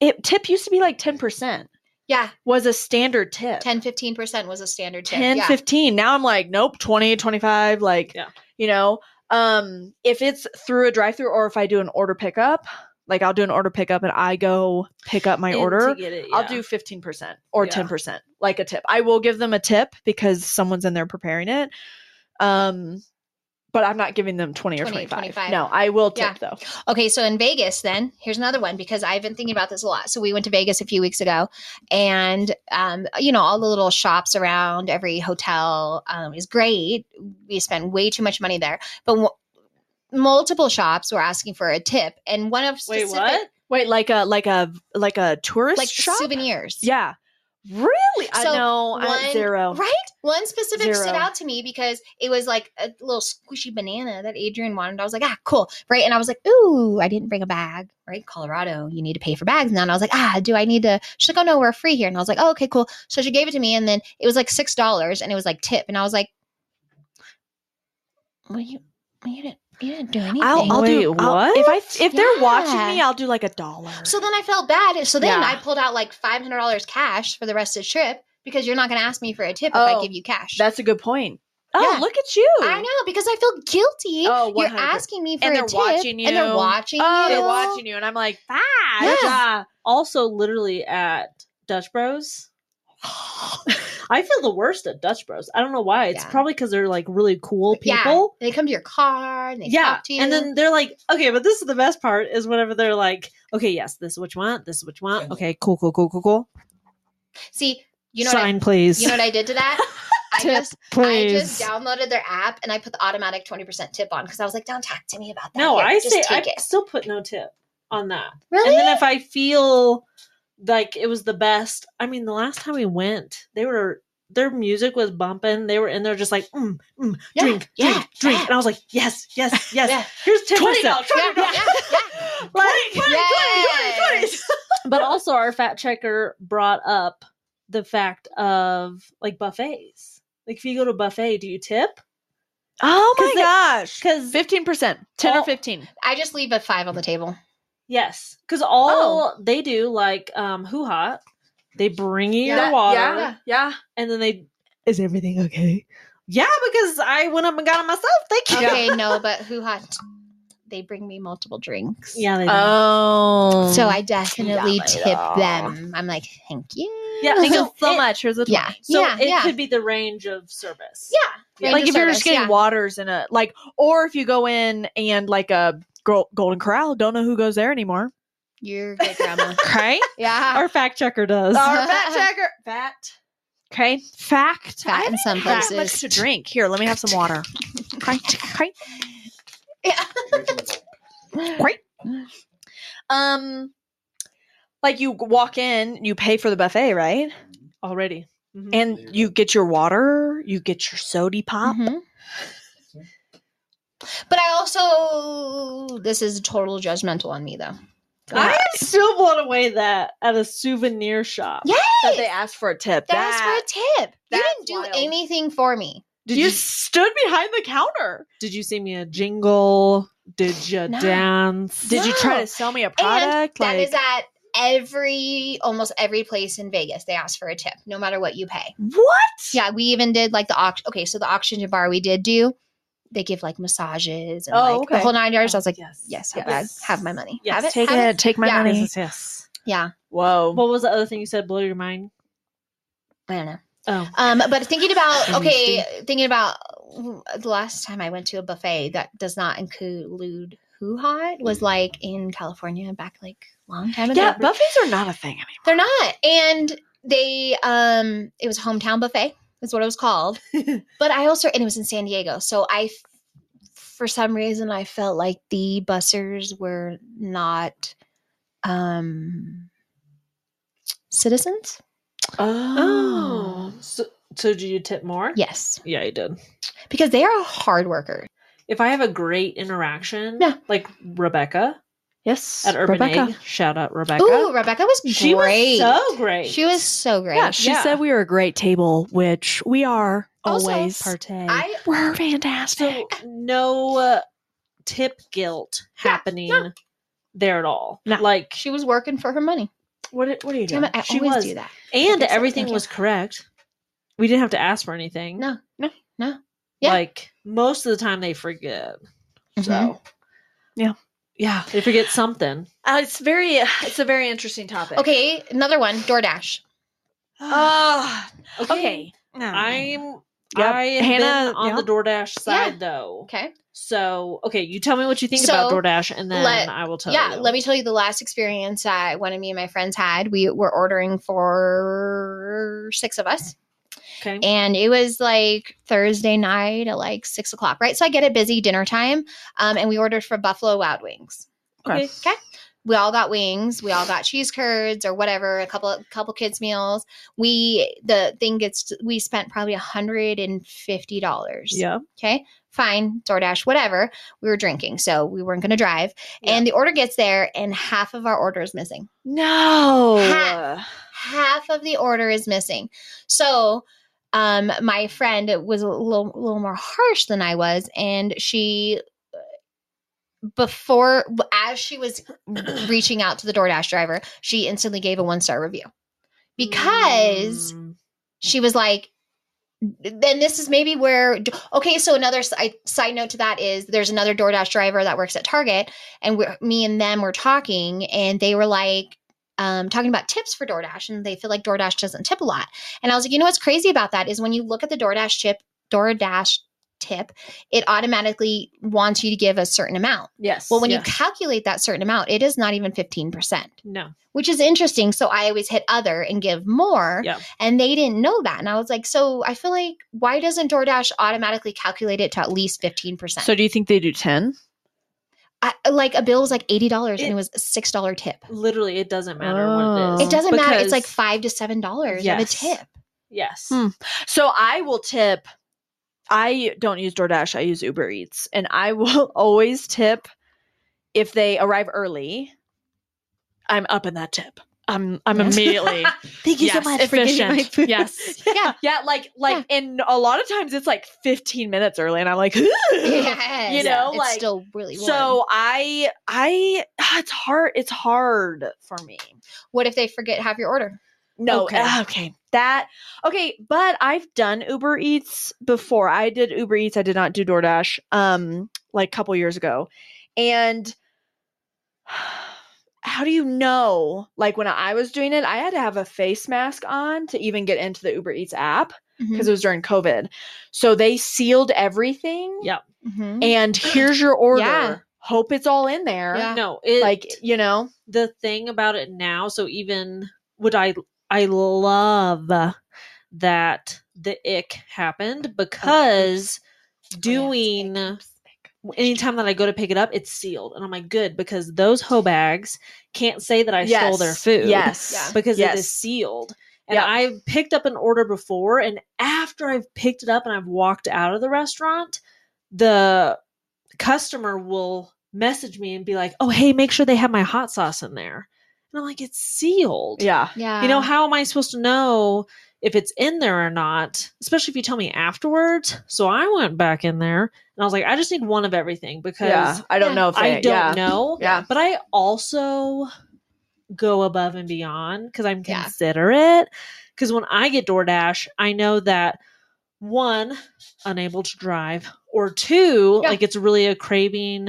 Speaker 1: it tip used to be like ten percent
Speaker 2: Yeah.
Speaker 1: was a standard tip.
Speaker 2: 10 15% was a standard tip.
Speaker 1: 10
Speaker 2: yeah.
Speaker 1: 15 now i'm like nope 20 25 like
Speaker 3: Yeah.
Speaker 1: you know um if it's through a drive through or if i do an order pickup like i'll do an order pickup and i go pick up my
Speaker 3: In to
Speaker 1: order
Speaker 3: get it,
Speaker 1: i'll
Speaker 3: yeah.
Speaker 1: do 15% or
Speaker 3: Yeah.
Speaker 1: 10% like a tip i will give them a tip because someone's in there preparing it um but i'm not giving them 20 or
Speaker 2: 20,
Speaker 1: 25,
Speaker 2: 25.
Speaker 1: no i will
Speaker 2: Yeah.
Speaker 1: tip though
Speaker 2: Okay, so in Vegas, then here's another one because I've been thinking about this a lot. So we went to Vegas a few weeks ago, and um, you know all the little shops around every hotel um, is great. We spend way too much money there, but w- multiple shops were asking for a tip, and one of
Speaker 3: Wait,
Speaker 2: specific,
Speaker 3: what?
Speaker 1: wait like a like a like a tourist
Speaker 2: like
Speaker 1: shop
Speaker 2: souvenirs,
Speaker 1: yeah really i
Speaker 2: So,
Speaker 1: know
Speaker 2: one-
Speaker 1: I, zero
Speaker 2: right? One specific stood
Speaker 1: Zero.
Speaker 2: out to me because it was like a little squishy banana that Adrian wanted. I was like, ah, cool, right? And I was like, ooh, I didn't bring a bag, right? Colorado, you need to pay for bags now. And I was like, ah, do I need to? She's like, oh no, we're free here. And I was like, oh, okay, cool. So she gave it to me, and then it was like six dollars, and it was like tip, and I was like, well, you, well, you didn't, you didn't do anything.
Speaker 1: I'll, I'll do
Speaker 3: Wait,
Speaker 1: I'll- if I if they're watching
Speaker 2: Yeah.
Speaker 1: me, I'll do like a dollar.
Speaker 2: so then I felt bad. So then
Speaker 1: Yeah.
Speaker 2: I pulled out like five hundred dollars cash for the rest of the trip because you're not going to ask me for a tip if I
Speaker 1: Oh,
Speaker 2: give you cash.
Speaker 1: that's a good point. Oh,
Speaker 2: Yeah.
Speaker 1: look at you!
Speaker 2: I know because I feel guilty.
Speaker 1: Oh,
Speaker 2: You're
Speaker 1: 100%.
Speaker 2: asking me for
Speaker 1: And
Speaker 2: a
Speaker 1: they're
Speaker 2: tip,
Speaker 1: watching
Speaker 2: and they're
Speaker 1: you.
Speaker 2: watching
Speaker 1: Oh,
Speaker 2: you.
Speaker 1: they're watching you, and I'm like, ah,
Speaker 2: Yes.
Speaker 1: yeah.
Speaker 3: Also, literally at Dutch
Speaker 2: [GASPS]
Speaker 3: Bros. I feel the worst at Dutch Bros. I don't know why. It's
Speaker 2: Yeah.
Speaker 3: probably because they're like really cool
Speaker 2: Yeah.
Speaker 3: people.
Speaker 2: They come to your car and they
Speaker 3: Yeah.
Speaker 2: talk to you.
Speaker 3: And then they're like, okay, but this is the best part is whenever they're like, okay, yes, this is what you want. This is what you want. Okay, cool, cool, cool, cool, cool.
Speaker 2: see, you know, what I,
Speaker 3: Sign, please.
Speaker 2: you know what I did
Speaker 3: [LAUGHS]
Speaker 2: to that? I
Speaker 3: Tip,
Speaker 2: just, I just downloaded their app and I put the automatic twenty percent tip on because I was like, "Don't talk to me about that."
Speaker 3: no,
Speaker 2: Here,
Speaker 3: I
Speaker 2: just
Speaker 3: say I
Speaker 2: take it.
Speaker 3: still put no tip on that.
Speaker 2: Really?
Speaker 3: And then if I feel like it was the best, I mean, the last time we went, they were their music was bumping. They were in there just like, mm, mm,
Speaker 2: Yeah,
Speaker 3: drink,
Speaker 2: yeah,
Speaker 3: drink, drink,
Speaker 2: yeah.
Speaker 3: and I was like, yes, yes, yes.
Speaker 2: Yeah.
Speaker 3: Here's ten
Speaker 1: Twenty
Speaker 3: percent.
Speaker 1: dollars.
Speaker 3: [LAUGHS]
Speaker 2: yeah, yeah, yeah.
Speaker 3: Like,
Speaker 2: [LAUGHS] Yes.
Speaker 3: but also our fat checker brought up the fact of like buffets. Like if you go to a buffet, do you tip?
Speaker 1: [LAUGHS] Oh my
Speaker 3: 'Cause they-
Speaker 1: gosh!
Speaker 3: Because
Speaker 1: Fifteen percent, ten
Speaker 3: All-
Speaker 1: or fifteen.
Speaker 2: I just leave a five on
Speaker 3: [LAUGHS]
Speaker 2: the table.
Speaker 3: yes, because all they do like um hoo hot, they bring you
Speaker 2: Yeah,
Speaker 3: your water,
Speaker 1: Yeah, yeah.
Speaker 3: and then they is everything okay? Yeah, because I went up and got it myself. Thank you.
Speaker 2: Okay, no, but who hot? They bring me multiple drinks.
Speaker 3: [LAUGHS] Yeah, they do.
Speaker 1: Oh,
Speaker 2: So Mm, I definitely
Speaker 1: Yeah.
Speaker 2: tip them. I'm like, thank you.
Speaker 3: Yeah,
Speaker 1: thank you
Speaker 3: so
Speaker 1: [LAUGHS] so
Speaker 3: it-
Speaker 1: much. Here's the
Speaker 2: Yeah.
Speaker 3: so
Speaker 2: yeah.
Speaker 3: it
Speaker 2: yeah.
Speaker 3: could be the range of service.
Speaker 2: yeah.
Speaker 1: like if you're just getting
Speaker 2: yeah.
Speaker 1: waters in a like, or if you go in and like a Gro- Golden Corral, don't know who goes there anymore. [LAUGHS]
Speaker 2: You're good, grandma.
Speaker 1: Okay,
Speaker 2: yeah. [LAUGHS]
Speaker 3: our fact checker does.
Speaker 1: our fat checker, fat Okay. Fact. I
Speaker 2: Fat in some
Speaker 1: haven't had much
Speaker 2: places.
Speaker 1: to drink. Here, let me have some water. Okay, okay. [LAUGHS] Um, like you walk in, you pay for the buffet, right?
Speaker 3: already. Mhm.
Speaker 1: And you get your water, you get your sody pop.
Speaker 2: Mhm. But I also this is total judgmental on me though.
Speaker 3: I'm [LAUGHS] still blown away that at a souvenir shop.
Speaker 2: Yay!
Speaker 1: That they ask for a tip.
Speaker 2: That's for
Speaker 1: That-
Speaker 2: a tip. You
Speaker 1: that's
Speaker 2: didn't do
Speaker 1: wild.
Speaker 2: anything for me.
Speaker 3: Did
Speaker 1: you,
Speaker 3: you,
Speaker 1: stood behind the counter.
Speaker 3: did you sing me a jingle? Did you
Speaker 2: No.
Speaker 3: dance?
Speaker 1: Did you try
Speaker 2: No.
Speaker 1: to sell me a product?
Speaker 2: that
Speaker 1: Like-
Speaker 2: is at every almost every place in Vegas. They ask for a tip, no matter what you pay.
Speaker 1: what?
Speaker 2: Yeah, we even did like the auction. Okay, so the oxygen bar we did do. They give like massages and
Speaker 1: Oh,
Speaker 2: like the
Speaker 1: okay.
Speaker 2: whole nine yards. I was like,
Speaker 3: yes,
Speaker 2: yes, have, that. have my money.
Speaker 3: Yes,
Speaker 2: have it.
Speaker 1: Take
Speaker 2: have
Speaker 1: it. Take my
Speaker 2: Yeah.
Speaker 1: money.
Speaker 3: Yes, yes.
Speaker 2: Yeah,
Speaker 1: Whoa.
Speaker 3: What was the other thing you said? Blow your mind.
Speaker 2: I don't know.
Speaker 3: Oh,
Speaker 2: Um, but thinking about
Speaker 3: Some
Speaker 2: okay, thinking about uh, the last time I went to a buffet that does not include hoo hot was like in California back like a long time ago.
Speaker 1: Mm. Yeah, buffets are not a thing anymore.
Speaker 2: They're not. And they um it was hometown buffet is what it
Speaker 3: [LAUGHS]
Speaker 2: was called. but I also and it was in San Diego. So I f- for some reason I felt like the bussers were not um citizens?
Speaker 1: Oh.
Speaker 3: So, so did you tip more?
Speaker 2: Yes.
Speaker 3: Yeah, you did.
Speaker 2: Because they are hard workers.
Speaker 3: If I have a great interaction,
Speaker 2: Yeah.
Speaker 3: like Rebecca
Speaker 1: Yes.
Speaker 3: at Urban
Speaker 1: Rebecca.
Speaker 3: Egg, shout out Rebecca.
Speaker 2: Ooh, Rebecca was
Speaker 3: she
Speaker 2: great.
Speaker 3: was so great.
Speaker 2: She was so great.
Speaker 1: Yeah, she
Speaker 3: Yeah.
Speaker 1: said we were a great table, which we are
Speaker 2: Also,
Speaker 1: always.
Speaker 3: partay.
Speaker 2: I
Speaker 1: we're fantastic.
Speaker 3: so no uh, tip guilt
Speaker 2: Yeah,
Speaker 3: happening
Speaker 2: no.
Speaker 3: there at all.
Speaker 1: No.
Speaker 3: Like
Speaker 2: she was working for her money.
Speaker 3: what? What are you
Speaker 2: Damn
Speaker 3: doing?
Speaker 2: it, I
Speaker 3: she
Speaker 2: always
Speaker 3: was,
Speaker 2: do that.
Speaker 3: and
Speaker 2: Like I said,
Speaker 3: everything
Speaker 2: thank
Speaker 3: was
Speaker 2: you.
Speaker 3: correct. We didn't have to ask for anything.
Speaker 2: No, no, no. Yeah.
Speaker 3: Like most of the time, they forget.
Speaker 2: Mhm.
Speaker 3: So
Speaker 1: Yeah,
Speaker 3: they forget something.
Speaker 1: uh, it's very. It's a very interesting topic.
Speaker 2: Mm-hmm. Okay, another one, DoorDash.
Speaker 1: Ah,
Speaker 3: Okay.
Speaker 1: okay.
Speaker 2: Oh,
Speaker 3: I'm.
Speaker 1: Yep.
Speaker 3: I have
Speaker 1: Hannah,
Speaker 3: been on
Speaker 1: yeah.
Speaker 3: the DoorDash side though.
Speaker 2: Okay.
Speaker 3: So okay, you tell me what you think about
Speaker 2: So,
Speaker 3: DoorDash, and then
Speaker 2: let-
Speaker 3: I will tell
Speaker 2: yeah,
Speaker 3: you.
Speaker 2: let me tell you the last experience that one of me and my friends had. We were ordering for six of us,
Speaker 3: Okay.
Speaker 2: and it was like Thursday night at like six o'clock, right? So I get it busy dinner time, um, and we ordered for Buffalo Wild Wings.
Speaker 3: Okay.
Speaker 2: Okay. We all got wings. We all got cheese curds or whatever. A couple, couple kids meals. We the thing gets. We spent probably hundred and fifty dollars.
Speaker 3: Yeah.
Speaker 2: Okay, fine, DoorDash, whatever. We were drinking, so we weren't going to drive.
Speaker 3: Yeah.
Speaker 2: And the order gets there, and half of our order is missing.
Speaker 1: No.
Speaker 2: Ha. Half of the order is missing. So, um, my friend was a little, little more harsh than I was, and she, uh, before, as she was reaching out to the DoorDash driver, she instantly gave a one star review because
Speaker 3: Mm.
Speaker 2: she was like then this is maybe where okay so another si- side note to that is there's another DoorDash driver that works at Target and we're, me and them were talking and they were like um, talking about tips for DoorDash and they feel like DoorDash doesn't tip a lot and I was like you know what's crazy about that is when you look at the DoorDash chip DoorDash tip it automatically wants you to give a certain amount
Speaker 3: yes.
Speaker 2: well when
Speaker 3: yes.
Speaker 2: you calculate that certain amount it is not even 15%
Speaker 3: no,
Speaker 2: which is interesting so I always hit other and give more
Speaker 3: yeah,
Speaker 2: and they didn't know that. And I was like, so I feel like why doesn't DoorDash automatically calculate it to at least 15%?
Speaker 1: So do you think they do ten?
Speaker 2: I, like a bill was like $80
Speaker 3: It-
Speaker 2: and it was a $6 tip.
Speaker 3: literally, it doesn't matter
Speaker 1: Oh.
Speaker 3: what it is.
Speaker 2: It doesn't matter. It's like
Speaker 3: because-
Speaker 2: 5 to $7
Speaker 3: Yes.
Speaker 2: of a
Speaker 3: [COUGHS]
Speaker 2: tip.
Speaker 3: Yes.
Speaker 1: Hmm. So I will tip. I don't use DoorDash. I use Uber Eats, and I [LAUGHS] will always tip if they arrive early. I'm up in that tip. I'm I'm
Speaker 2: Yes.
Speaker 1: [LAUGHS]
Speaker 3: [LAUGHS]
Speaker 1: immediately
Speaker 3: Thank
Speaker 1: yes, efficient. Yes.
Speaker 2: Yeah.
Speaker 1: Yeah, like like and a lot of times it's like 15 minutes early and I'm like
Speaker 2: Yes.
Speaker 1: You know,
Speaker 2: it's
Speaker 1: like-
Speaker 2: still really
Speaker 1: [LAUGHS]
Speaker 2: warm.
Speaker 1: So I I ah, it's hard it's hard for me.
Speaker 2: what if they forget half your order?
Speaker 1: No,
Speaker 3: Okay.
Speaker 1: okay. okay. That okay, but I've done Uber Eats before. I did Uber Eats. I did not do DoorDash um like a couple years ago. And [SIGHS] how do you know? Like when I was doing it, I had to have a face mask on to even get into the Uber Eats app.
Speaker 3: Mm-hmm.
Speaker 2: Mm-hmm.
Speaker 1: because it was during COVID. So they sealed everything.
Speaker 3: Yeah.
Speaker 2: Mhm.
Speaker 3: [CLEARS THROAT]
Speaker 1: And here's your order.
Speaker 2: Yeah.
Speaker 1: Hope it's all in there.
Speaker 2: Yeah.
Speaker 3: No, it,
Speaker 1: Like, you know,
Speaker 3: the thing about it now. So even would I? I love that the ick happened because doing anytime that I go to pick it up, it's sealed. And I'm like, good, because those hoe bags can't say that I stole their
Speaker 1: Yes.
Speaker 3: food.
Speaker 1: Yes.
Speaker 2: Yeah.
Speaker 3: Because
Speaker 1: Yes.
Speaker 3: it is sealed. And
Speaker 1: Yep.
Speaker 3: I picked up an order before, and after I've picked it up and I've walked out of the restaurant, the customer will message me and be like, oh, hey, make sure they have my hot sauce in there. And I'm like, it's sealed.
Speaker 1: Yeah.
Speaker 2: Yeah.
Speaker 3: You know, how am I supposed to know if it's in there or not? Especially if you tell me afterwards. So I went back in there and I was like, I just need one of everything because
Speaker 1: Yeah. I don't
Speaker 2: Yeah.
Speaker 1: know if
Speaker 3: I
Speaker 1: they-
Speaker 3: don't
Speaker 1: yeah.
Speaker 3: know.
Speaker 1: Yeah.
Speaker 3: But I also go above and beyond because I'm
Speaker 2: Yeah.
Speaker 3: considerate. Because when I get DoorDash, I know that one, unable to drive, or two,
Speaker 2: Yeah.
Speaker 3: like it's really a craving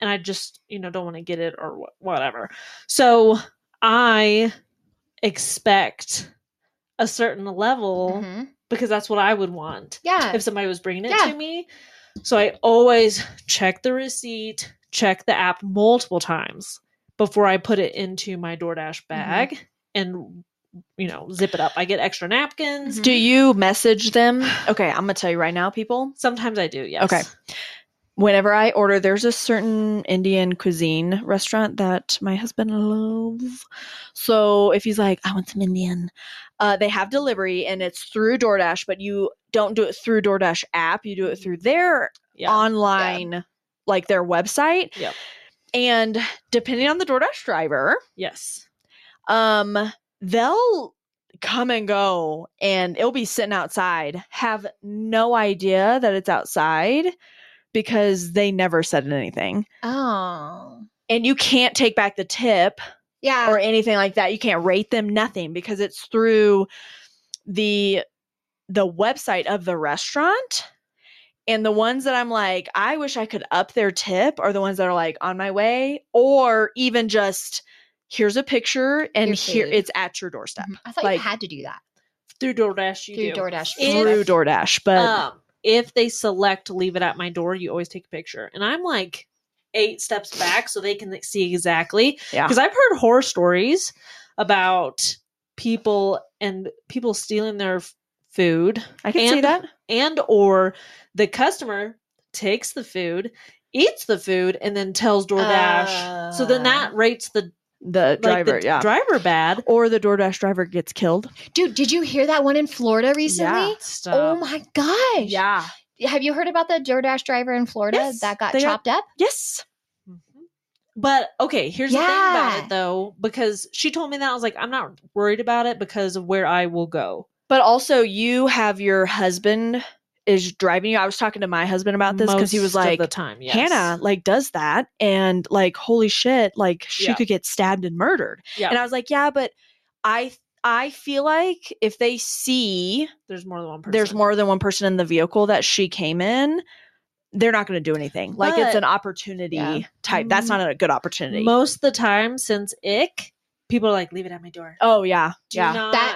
Speaker 3: and I just, you know, don't want to get it or wh- whatever. So I expect a certain level
Speaker 2: Mhm.
Speaker 3: because that's what I would want
Speaker 2: Yeah.
Speaker 3: if somebody was bringing it
Speaker 2: Yeah.
Speaker 3: to me. So I always check the receipt, check the app multiple times before I put it into my DoorDash
Speaker 2: Mm-hmm.
Speaker 3: bag and you know, zip it up. I get extra napkins.
Speaker 2: Mhm.
Speaker 1: Do you message them? Okay, I'm gonna tell you right now, people.
Speaker 3: Sometimes I do, yes.
Speaker 1: Okay. Whenever I order, there's a certain Indian cuisine restaurant that my husband loves. So if he's like, I want some Indian, uh, they have delivery and it's through DoorDash, but you don't do it through DoorDash app. You do it through their
Speaker 3: Yeah.
Speaker 1: online, like their website.
Speaker 3: Yep.
Speaker 1: And depending on the DoorDash driver,
Speaker 3: yes.
Speaker 1: um they'll come and go and it'll be sitting outside have no idea that it's outside because they never said anything
Speaker 2: Oh.
Speaker 1: and you can't take back the tip
Speaker 2: Yeah.
Speaker 1: or anything like that you can't rate them nothing because it's through the the website of the restaurant and the ones that i'm like i wish i could up their tip are the ones that are like on my way or even just here's a picture and
Speaker 2: Your
Speaker 1: here
Speaker 2: food.
Speaker 1: it's at your doorstep
Speaker 2: Mhm. I thought
Speaker 1: like-
Speaker 2: you had to do that
Speaker 3: Through DoorDash you
Speaker 2: through
Speaker 3: do.
Speaker 2: DoorDash.
Speaker 3: If-
Speaker 1: through DoorDash, but
Speaker 3: Um, if they select leave it at my door, you always take a picture. And I'm like eight steps back so they can like, see exactly.
Speaker 1: Yeah.
Speaker 3: Because I've heard horror stories about people and people stealing their f- food
Speaker 1: I can see
Speaker 3: and-
Speaker 1: that.
Speaker 3: and or the customer takes the food, eats the food, and then tells DoorDash. so then that rates the
Speaker 1: The Ah.
Speaker 3: like,
Speaker 1: driver,
Speaker 3: the
Speaker 1: yeah.
Speaker 3: driver bad.
Speaker 1: or the DoorDash driver gets killed.
Speaker 2: Dude, did you hear that one in Florida recently?
Speaker 1: Yeah.
Speaker 2: Oh
Speaker 3: Stop.
Speaker 2: my gosh. Have you heard about the DoorDash driver in Florida
Speaker 3: Yes,
Speaker 2: that got
Speaker 3: they are-
Speaker 2: chopped up?
Speaker 1: Yes. Mm-hmm.
Speaker 3: But okay, here's the thing about
Speaker 2: Yeah.
Speaker 3: it though, because she told me that I was like, I'm not worried about it because of where I will go.
Speaker 1: But also, you have your husband is driving you. I was talking to my husband about this because he was
Speaker 3: Most of
Speaker 1: like,
Speaker 3: the time, yes.
Speaker 1: Hannah, like, does that. And, like, holy shit, like, she
Speaker 3: Yeah.
Speaker 1: could get stabbed and murdered.
Speaker 3: Yeah,
Speaker 1: And I was like, yeah, but I. I feel like if they see
Speaker 3: there's more than one person.
Speaker 1: there's more than one person in the vehicle that she came in, they're not going to do anything. Like it's
Speaker 3: But-
Speaker 1: an opportunity
Speaker 2: Yeah.
Speaker 1: type. That's
Speaker 3: Mm.
Speaker 1: not a good opportunity.
Speaker 3: Most of the time, since ick, people are like, leave it at my door.
Speaker 1: oh yeah,
Speaker 3: Do
Speaker 1: yeah,
Speaker 3: not.
Speaker 2: That-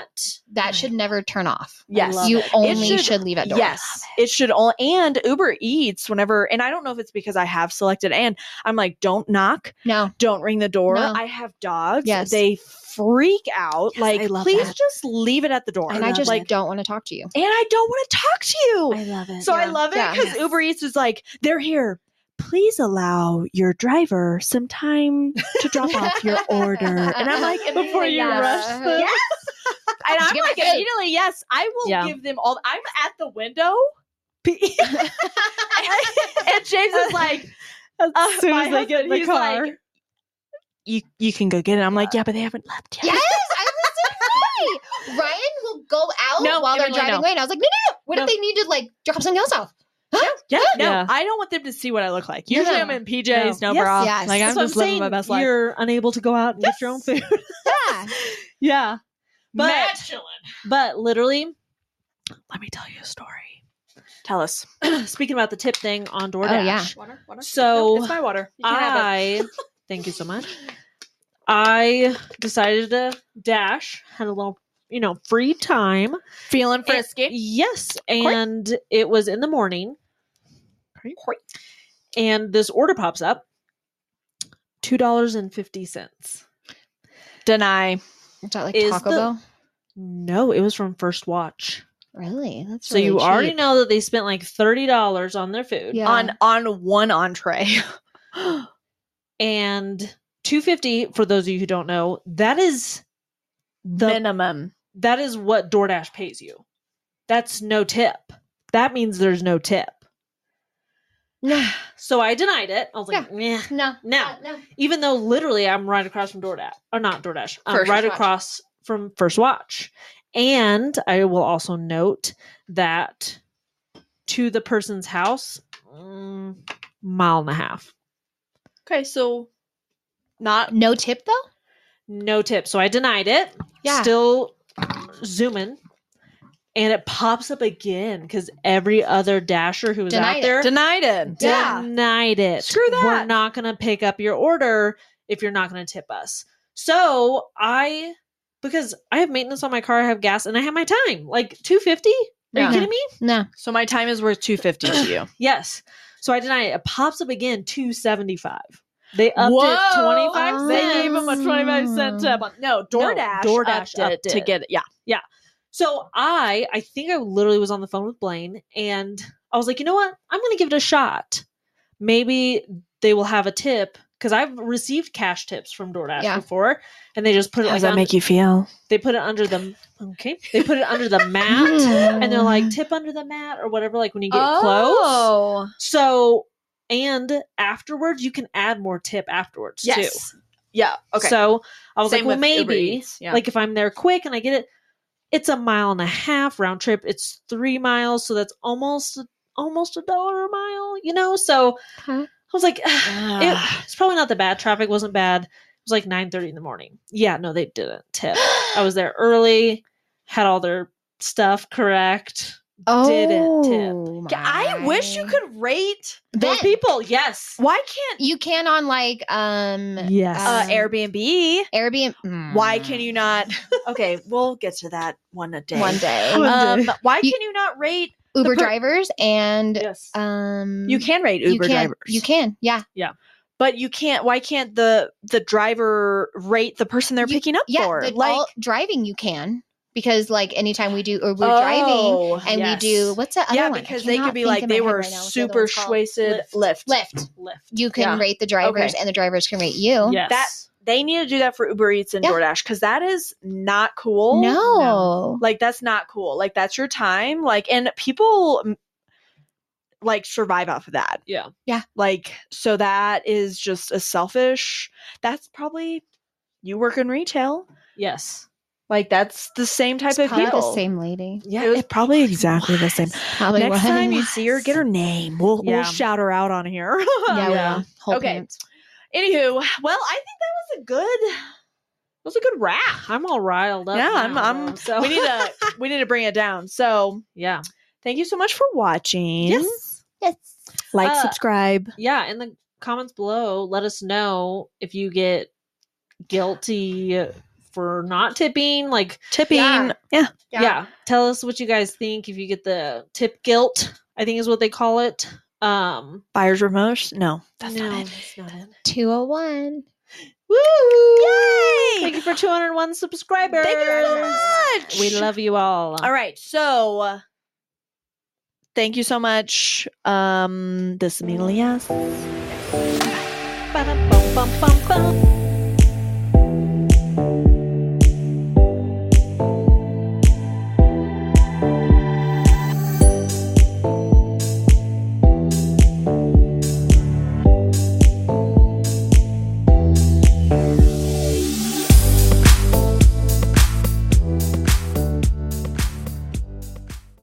Speaker 2: That
Speaker 3: Right.
Speaker 2: should never turn off.
Speaker 1: yes,
Speaker 3: love
Speaker 2: you
Speaker 3: it. It
Speaker 2: only should,
Speaker 1: should-
Speaker 2: leave at door.
Speaker 1: yes. It should all and Uber Eats whenever. And I don't know if it's because I have selected and I'm like, don't knock,
Speaker 2: No.
Speaker 1: don't ring the door.
Speaker 2: No.
Speaker 1: I have dogs.
Speaker 2: Yes.
Speaker 1: they freak out.
Speaker 3: Yes, I
Speaker 1: like,
Speaker 3: love
Speaker 1: please
Speaker 3: that.
Speaker 1: just leave it at the door.
Speaker 2: And I,
Speaker 3: love
Speaker 2: just
Speaker 3: it.
Speaker 2: don't want to talk to you.
Speaker 1: and I don't want to talk to you.
Speaker 3: I love it.
Speaker 1: So I
Speaker 2: Yeah.
Speaker 1: love it
Speaker 2: Yeah.
Speaker 1: because
Speaker 3: Yes.
Speaker 1: Uber Eats is like, they're here. Please allow your driver some time to drop off your order. [LAUGHS] And I'm like,
Speaker 2: Before
Speaker 1: immediately,
Speaker 3: you
Speaker 1: yes.
Speaker 3: rush
Speaker 1: Yes.
Speaker 3: them.
Speaker 1: [LAUGHS] And I'm
Speaker 2: Give me
Speaker 1: like,
Speaker 2: good.
Speaker 1: immediately, yes, I will
Speaker 3: Yeah.
Speaker 1: give them all. I'm at the window. [LAUGHS] and James [LAUGHS] is like,
Speaker 3: as
Speaker 1: uh,
Speaker 3: soon
Speaker 1: my
Speaker 3: as they get in
Speaker 1: husband,
Speaker 3: the
Speaker 1: he's like,
Speaker 3: car.
Speaker 1: you, you can go get it. I'm like, yeah, but they haven't left yet.
Speaker 2: Yes, I was to say. Ryan will go out
Speaker 1: No,
Speaker 2: while they're
Speaker 1: Emily,
Speaker 2: driving
Speaker 1: no.
Speaker 2: away, and I was like, no, no, no. What
Speaker 3: No.
Speaker 2: if they need to like drop something else off?
Speaker 1: Yeah, no,
Speaker 3: Yeah.
Speaker 1: I don't want them to see what I look like. Usually
Speaker 2: No.
Speaker 1: I'm in PJs, no,
Speaker 3: No. Yes,
Speaker 1: bra.
Speaker 2: yes.
Speaker 1: Like,
Speaker 2: That's
Speaker 1: I'm just living my best life.
Speaker 3: You're unable to go out and get your
Speaker 1: [LAUGHS]
Speaker 3: own food.
Speaker 2: Yeah,
Speaker 3: [LAUGHS] yeah. But
Speaker 1: Mad
Speaker 3: but literally,
Speaker 1: Let me tell you a story. Tell us.
Speaker 3: [CLEARS THROAT] speaking about the tip thing on DoorDash.
Speaker 2: Oh, yeah.
Speaker 1: Water, water.
Speaker 3: So,
Speaker 1: it's my water. You can have it. [LAUGHS]
Speaker 3: I thank you so much. I decided to dash, had a little, you know, free time.
Speaker 1: feeling
Speaker 3: frisky. Yes, and it was in the morning.
Speaker 1: Great.
Speaker 3: And this order pops up. Two dollars and fifty cents.
Speaker 1: Deny.
Speaker 2: is that like
Speaker 3: Is
Speaker 2: Taco
Speaker 3: the-
Speaker 2: Bell?
Speaker 3: No, it was from First Watch.
Speaker 2: Really? That's
Speaker 3: so you already know that they spent like thirty dollars on their food
Speaker 2: Yeah.
Speaker 1: on on one entree.
Speaker 3: and two fifty. For those of you who don't know, that is
Speaker 1: [LAUGHS]
Speaker 3: the
Speaker 1: Minimum.
Speaker 3: that is what DoorDash pays you. That's no tip. That means there's no tip.
Speaker 2: No,
Speaker 3: So I denied it. I was like, "Meh."
Speaker 2: no,
Speaker 3: No.
Speaker 2: no.
Speaker 3: even though literally I'm right across from DoorDash, or not DoorDash, I'm
Speaker 1: First
Speaker 3: right
Speaker 1: Watch.
Speaker 3: across from First Watch. And I will also note that to the person's house, mm, mile and a half,
Speaker 1: Okay, so not
Speaker 2: No tip though.
Speaker 3: no tip. So I denied it.
Speaker 1: Yeah.
Speaker 3: Still zooming. And it pops up again because every other dasher who was
Speaker 2: Denied
Speaker 3: out
Speaker 2: it.
Speaker 3: there
Speaker 1: denied it. Yeah.
Speaker 3: denied it.
Speaker 1: Screw that.
Speaker 3: We're not going to pick up your order if you're not going to tip us. So I, because I have maintenance on my car, I have gas, and I have my time. Like two fifty? Are
Speaker 2: Yeah.
Speaker 3: you kidding me?
Speaker 2: No.
Speaker 1: So my time is worth 250 to you.
Speaker 3: Yes. So I deny it. It pops up again two seventy five. They upped it
Speaker 1: Whoa.
Speaker 3: twenty five
Speaker 2: Oh.
Speaker 1: They gave him
Speaker 3: cents.
Speaker 1: a 25 cent tip. On, no, DoorDash,
Speaker 3: DoorDash
Speaker 1: upped it
Speaker 3: upped
Speaker 1: to
Speaker 3: it.
Speaker 1: get it. Yeah.
Speaker 3: So I, I think I literally was on the phone with Blaine, and I was like, you know what? I'm going to give it a shot. Maybe they will have a tip because I've received cash tips from DoorDash
Speaker 2: Yeah.
Speaker 3: before, and they just put it like on-
Speaker 1: you feel?
Speaker 3: they put it under the okay, they put it under the mat, and they're
Speaker 2: [GASPS]
Speaker 3: like tip under the mat or whatever. Like when you get close,
Speaker 1: Oh.
Speaker 3: so and afterwards you can add more tip afterwards too.
Speaker 1: Yes. Yeah. Okay.
Speaker 3: So I was
Speaker 1: Same
Speaker 3: like, well,
Speaker 1: with Uber
Speaker 3: maybe
Speaker 1: Eats, yeah.
Speaker 3: like if I'm there quick and I get it, it's a mile and a half round trip. It's three miles, so that's almost almost a dollar a mile. You know, so
Speaker 2: Okay.
Speaker 3: I was like, "Ah,
Speaker 1: Ah.
Speaker 3: it, it's probably not that bad. Traffic wasn't bad. It was like nine thirty in the morning. Yeah, no, they didn't tip. I was there early, had all their stuff correct.
Speaker 2: oh,
Speaker 3: didn't
Speaker 1: Yeah, I wish you
Speaker 2: my.
Speaker 1: could rate.
Speaker 3: More
Speaker 2: Then
Speaker 3: people, yes,
Speaker 1: Why can't
Speaker 2: you can on like um
Speaker 3: yes.
Speaker 1: uh,
Speaker 2: Um,
Speaker 1: Airbnb?
Speaker 2: Airbnb. mm,
Speaker 1: Why can you not? Okay, we'll get to that Mm. [LAUGHS] one a day.
Speaker 2: one day
Speaker 1: Um, why
Speaker 2: You-
Speaker 1: can you not rate?
Speaker 2: [LAUGHS] Uber
Speaker 1: per-
Speaker 2: drivers and
Speaker 3: yes.
Speaker 2: um
Speaker 1: You can rate Uber
Speaker 2: you can,
Speaker 1: drivers.
Speaker 2: You can, yeah,
Speaker 1: but you can't. Why can't the the driver rate the person they're
Speaker 2: You-
Speaker 1: picking up
Speaker 2: yeah.
Speaker 1: for?
Speaker 2: but
Speaker 1: like
Speaker 2: all, driving, you can because like anytime we do or we're
Speaker 1: Oh,
Speaker 2: driving and
Speaker 3: yes.
Speaker 2: we do what's that other
Speaker 1: yeah,
Speaker 2: one? I
Speaker 1: because they
Speaker 2: cannot
Speaker 1: could be
Speaker 2: think
Speaker 1: like
Speaker 2: in my
Speaker 1: they
Speaker 2: head
Speaker 1: were
Speaker 2: right now what the other
Speaker 1: super
Speaker 2: one's called.
Speaker 1: schwasted
Speaker 3: Lyft.
Speaker 1: lift.
Speaker 2: Lyft.
Speaker 3: Lift.
Speaker 2: You can
Speaker 1: Yeah.
Speaker 2: rate the drivers
Speaker 1: Okay.
Speaker 2: and the drivers can rate you.
Speaker 3: Yes.
Speaker 1: That- They need to do that for Uber Eats and
Speaker 2: Yeah.
Speaker 1: DoorDash because that is not cool.
Speaker 2: No.
Speaker 1: like that's not cool like that's your time like and people mm, like survive off of that
Speaker 3: Yeah.
Speaker 2: Yeah.
Speaker 1: like so that is just a selfish that's probably you work in retail
Speaker 3: yes.
Speaker 1: like that's the same type
Speaker 2: It's
Speaker 1: of
Speaker 2: probably
Speaker 1: people
Speaker 2: the same lady.
Speaker 3: Yeah,
Speaker 1: it was [LAUGHS] probably exactly the
Speaker 3: was.
Speaker 1: same
Speaker 2: Probably
Speaker 1: next
Speaker 2: was.
Speaker 1: time you see her get her name we'll,
Speaker 3: Yeah.
Speaker 1: we'll shout her out on here
Speaker 2: Yeah, we
Speaker 3: Yeah.
Speaker 2: will. Whole
Speaker 1: Okay.
Speaker 2: pants.
Speaker 1: [LAUGHS] anywho well i think that was a good that was a good wrap
Speaker 3: I'm all riled up.
Speaker 1: Yeah,
Speaker 3: now,
Speaker 1: I'm- I'm-
Speaker 3: though, so
Speaker 1: we need to we need to bring it down so
Speaker 3: yeah,
Speaker 1: thank you so much for watching
Speaker 2: Yes.
Speaker 1: like
Speaker 3: Uh,
Speaker 1: subscribe
Speaker 3: yeah. In the comments below, let us know if you get guilty for not tipping. Like,
Speaker 1: tipping.
Speaker 2: Yeah.
Speaker 1: Yeah.
Speaker 2: Yeah.
Speaker 3: yeah. tell us what you guys think. If you get the tip guilt, I think is what they call it. Um,
Speaker 1: Buyer's remorse? No, that's
Speaker 3: no,
Speaker 1: not it.
Speaker 3: that's not it.
Speaker 2: 201.
Speaker 1: Woo!
Speaker 3: Thank you [LAUGHS] for 201 subscribers.
Speaker 1: Thank you so much.
Speaker 3: We love you all.
Speaker 1: All right. So, uh, thank you so much. Um, this is Melina.
Speaker 3: Ba-dum-bum-bum-bum-bum.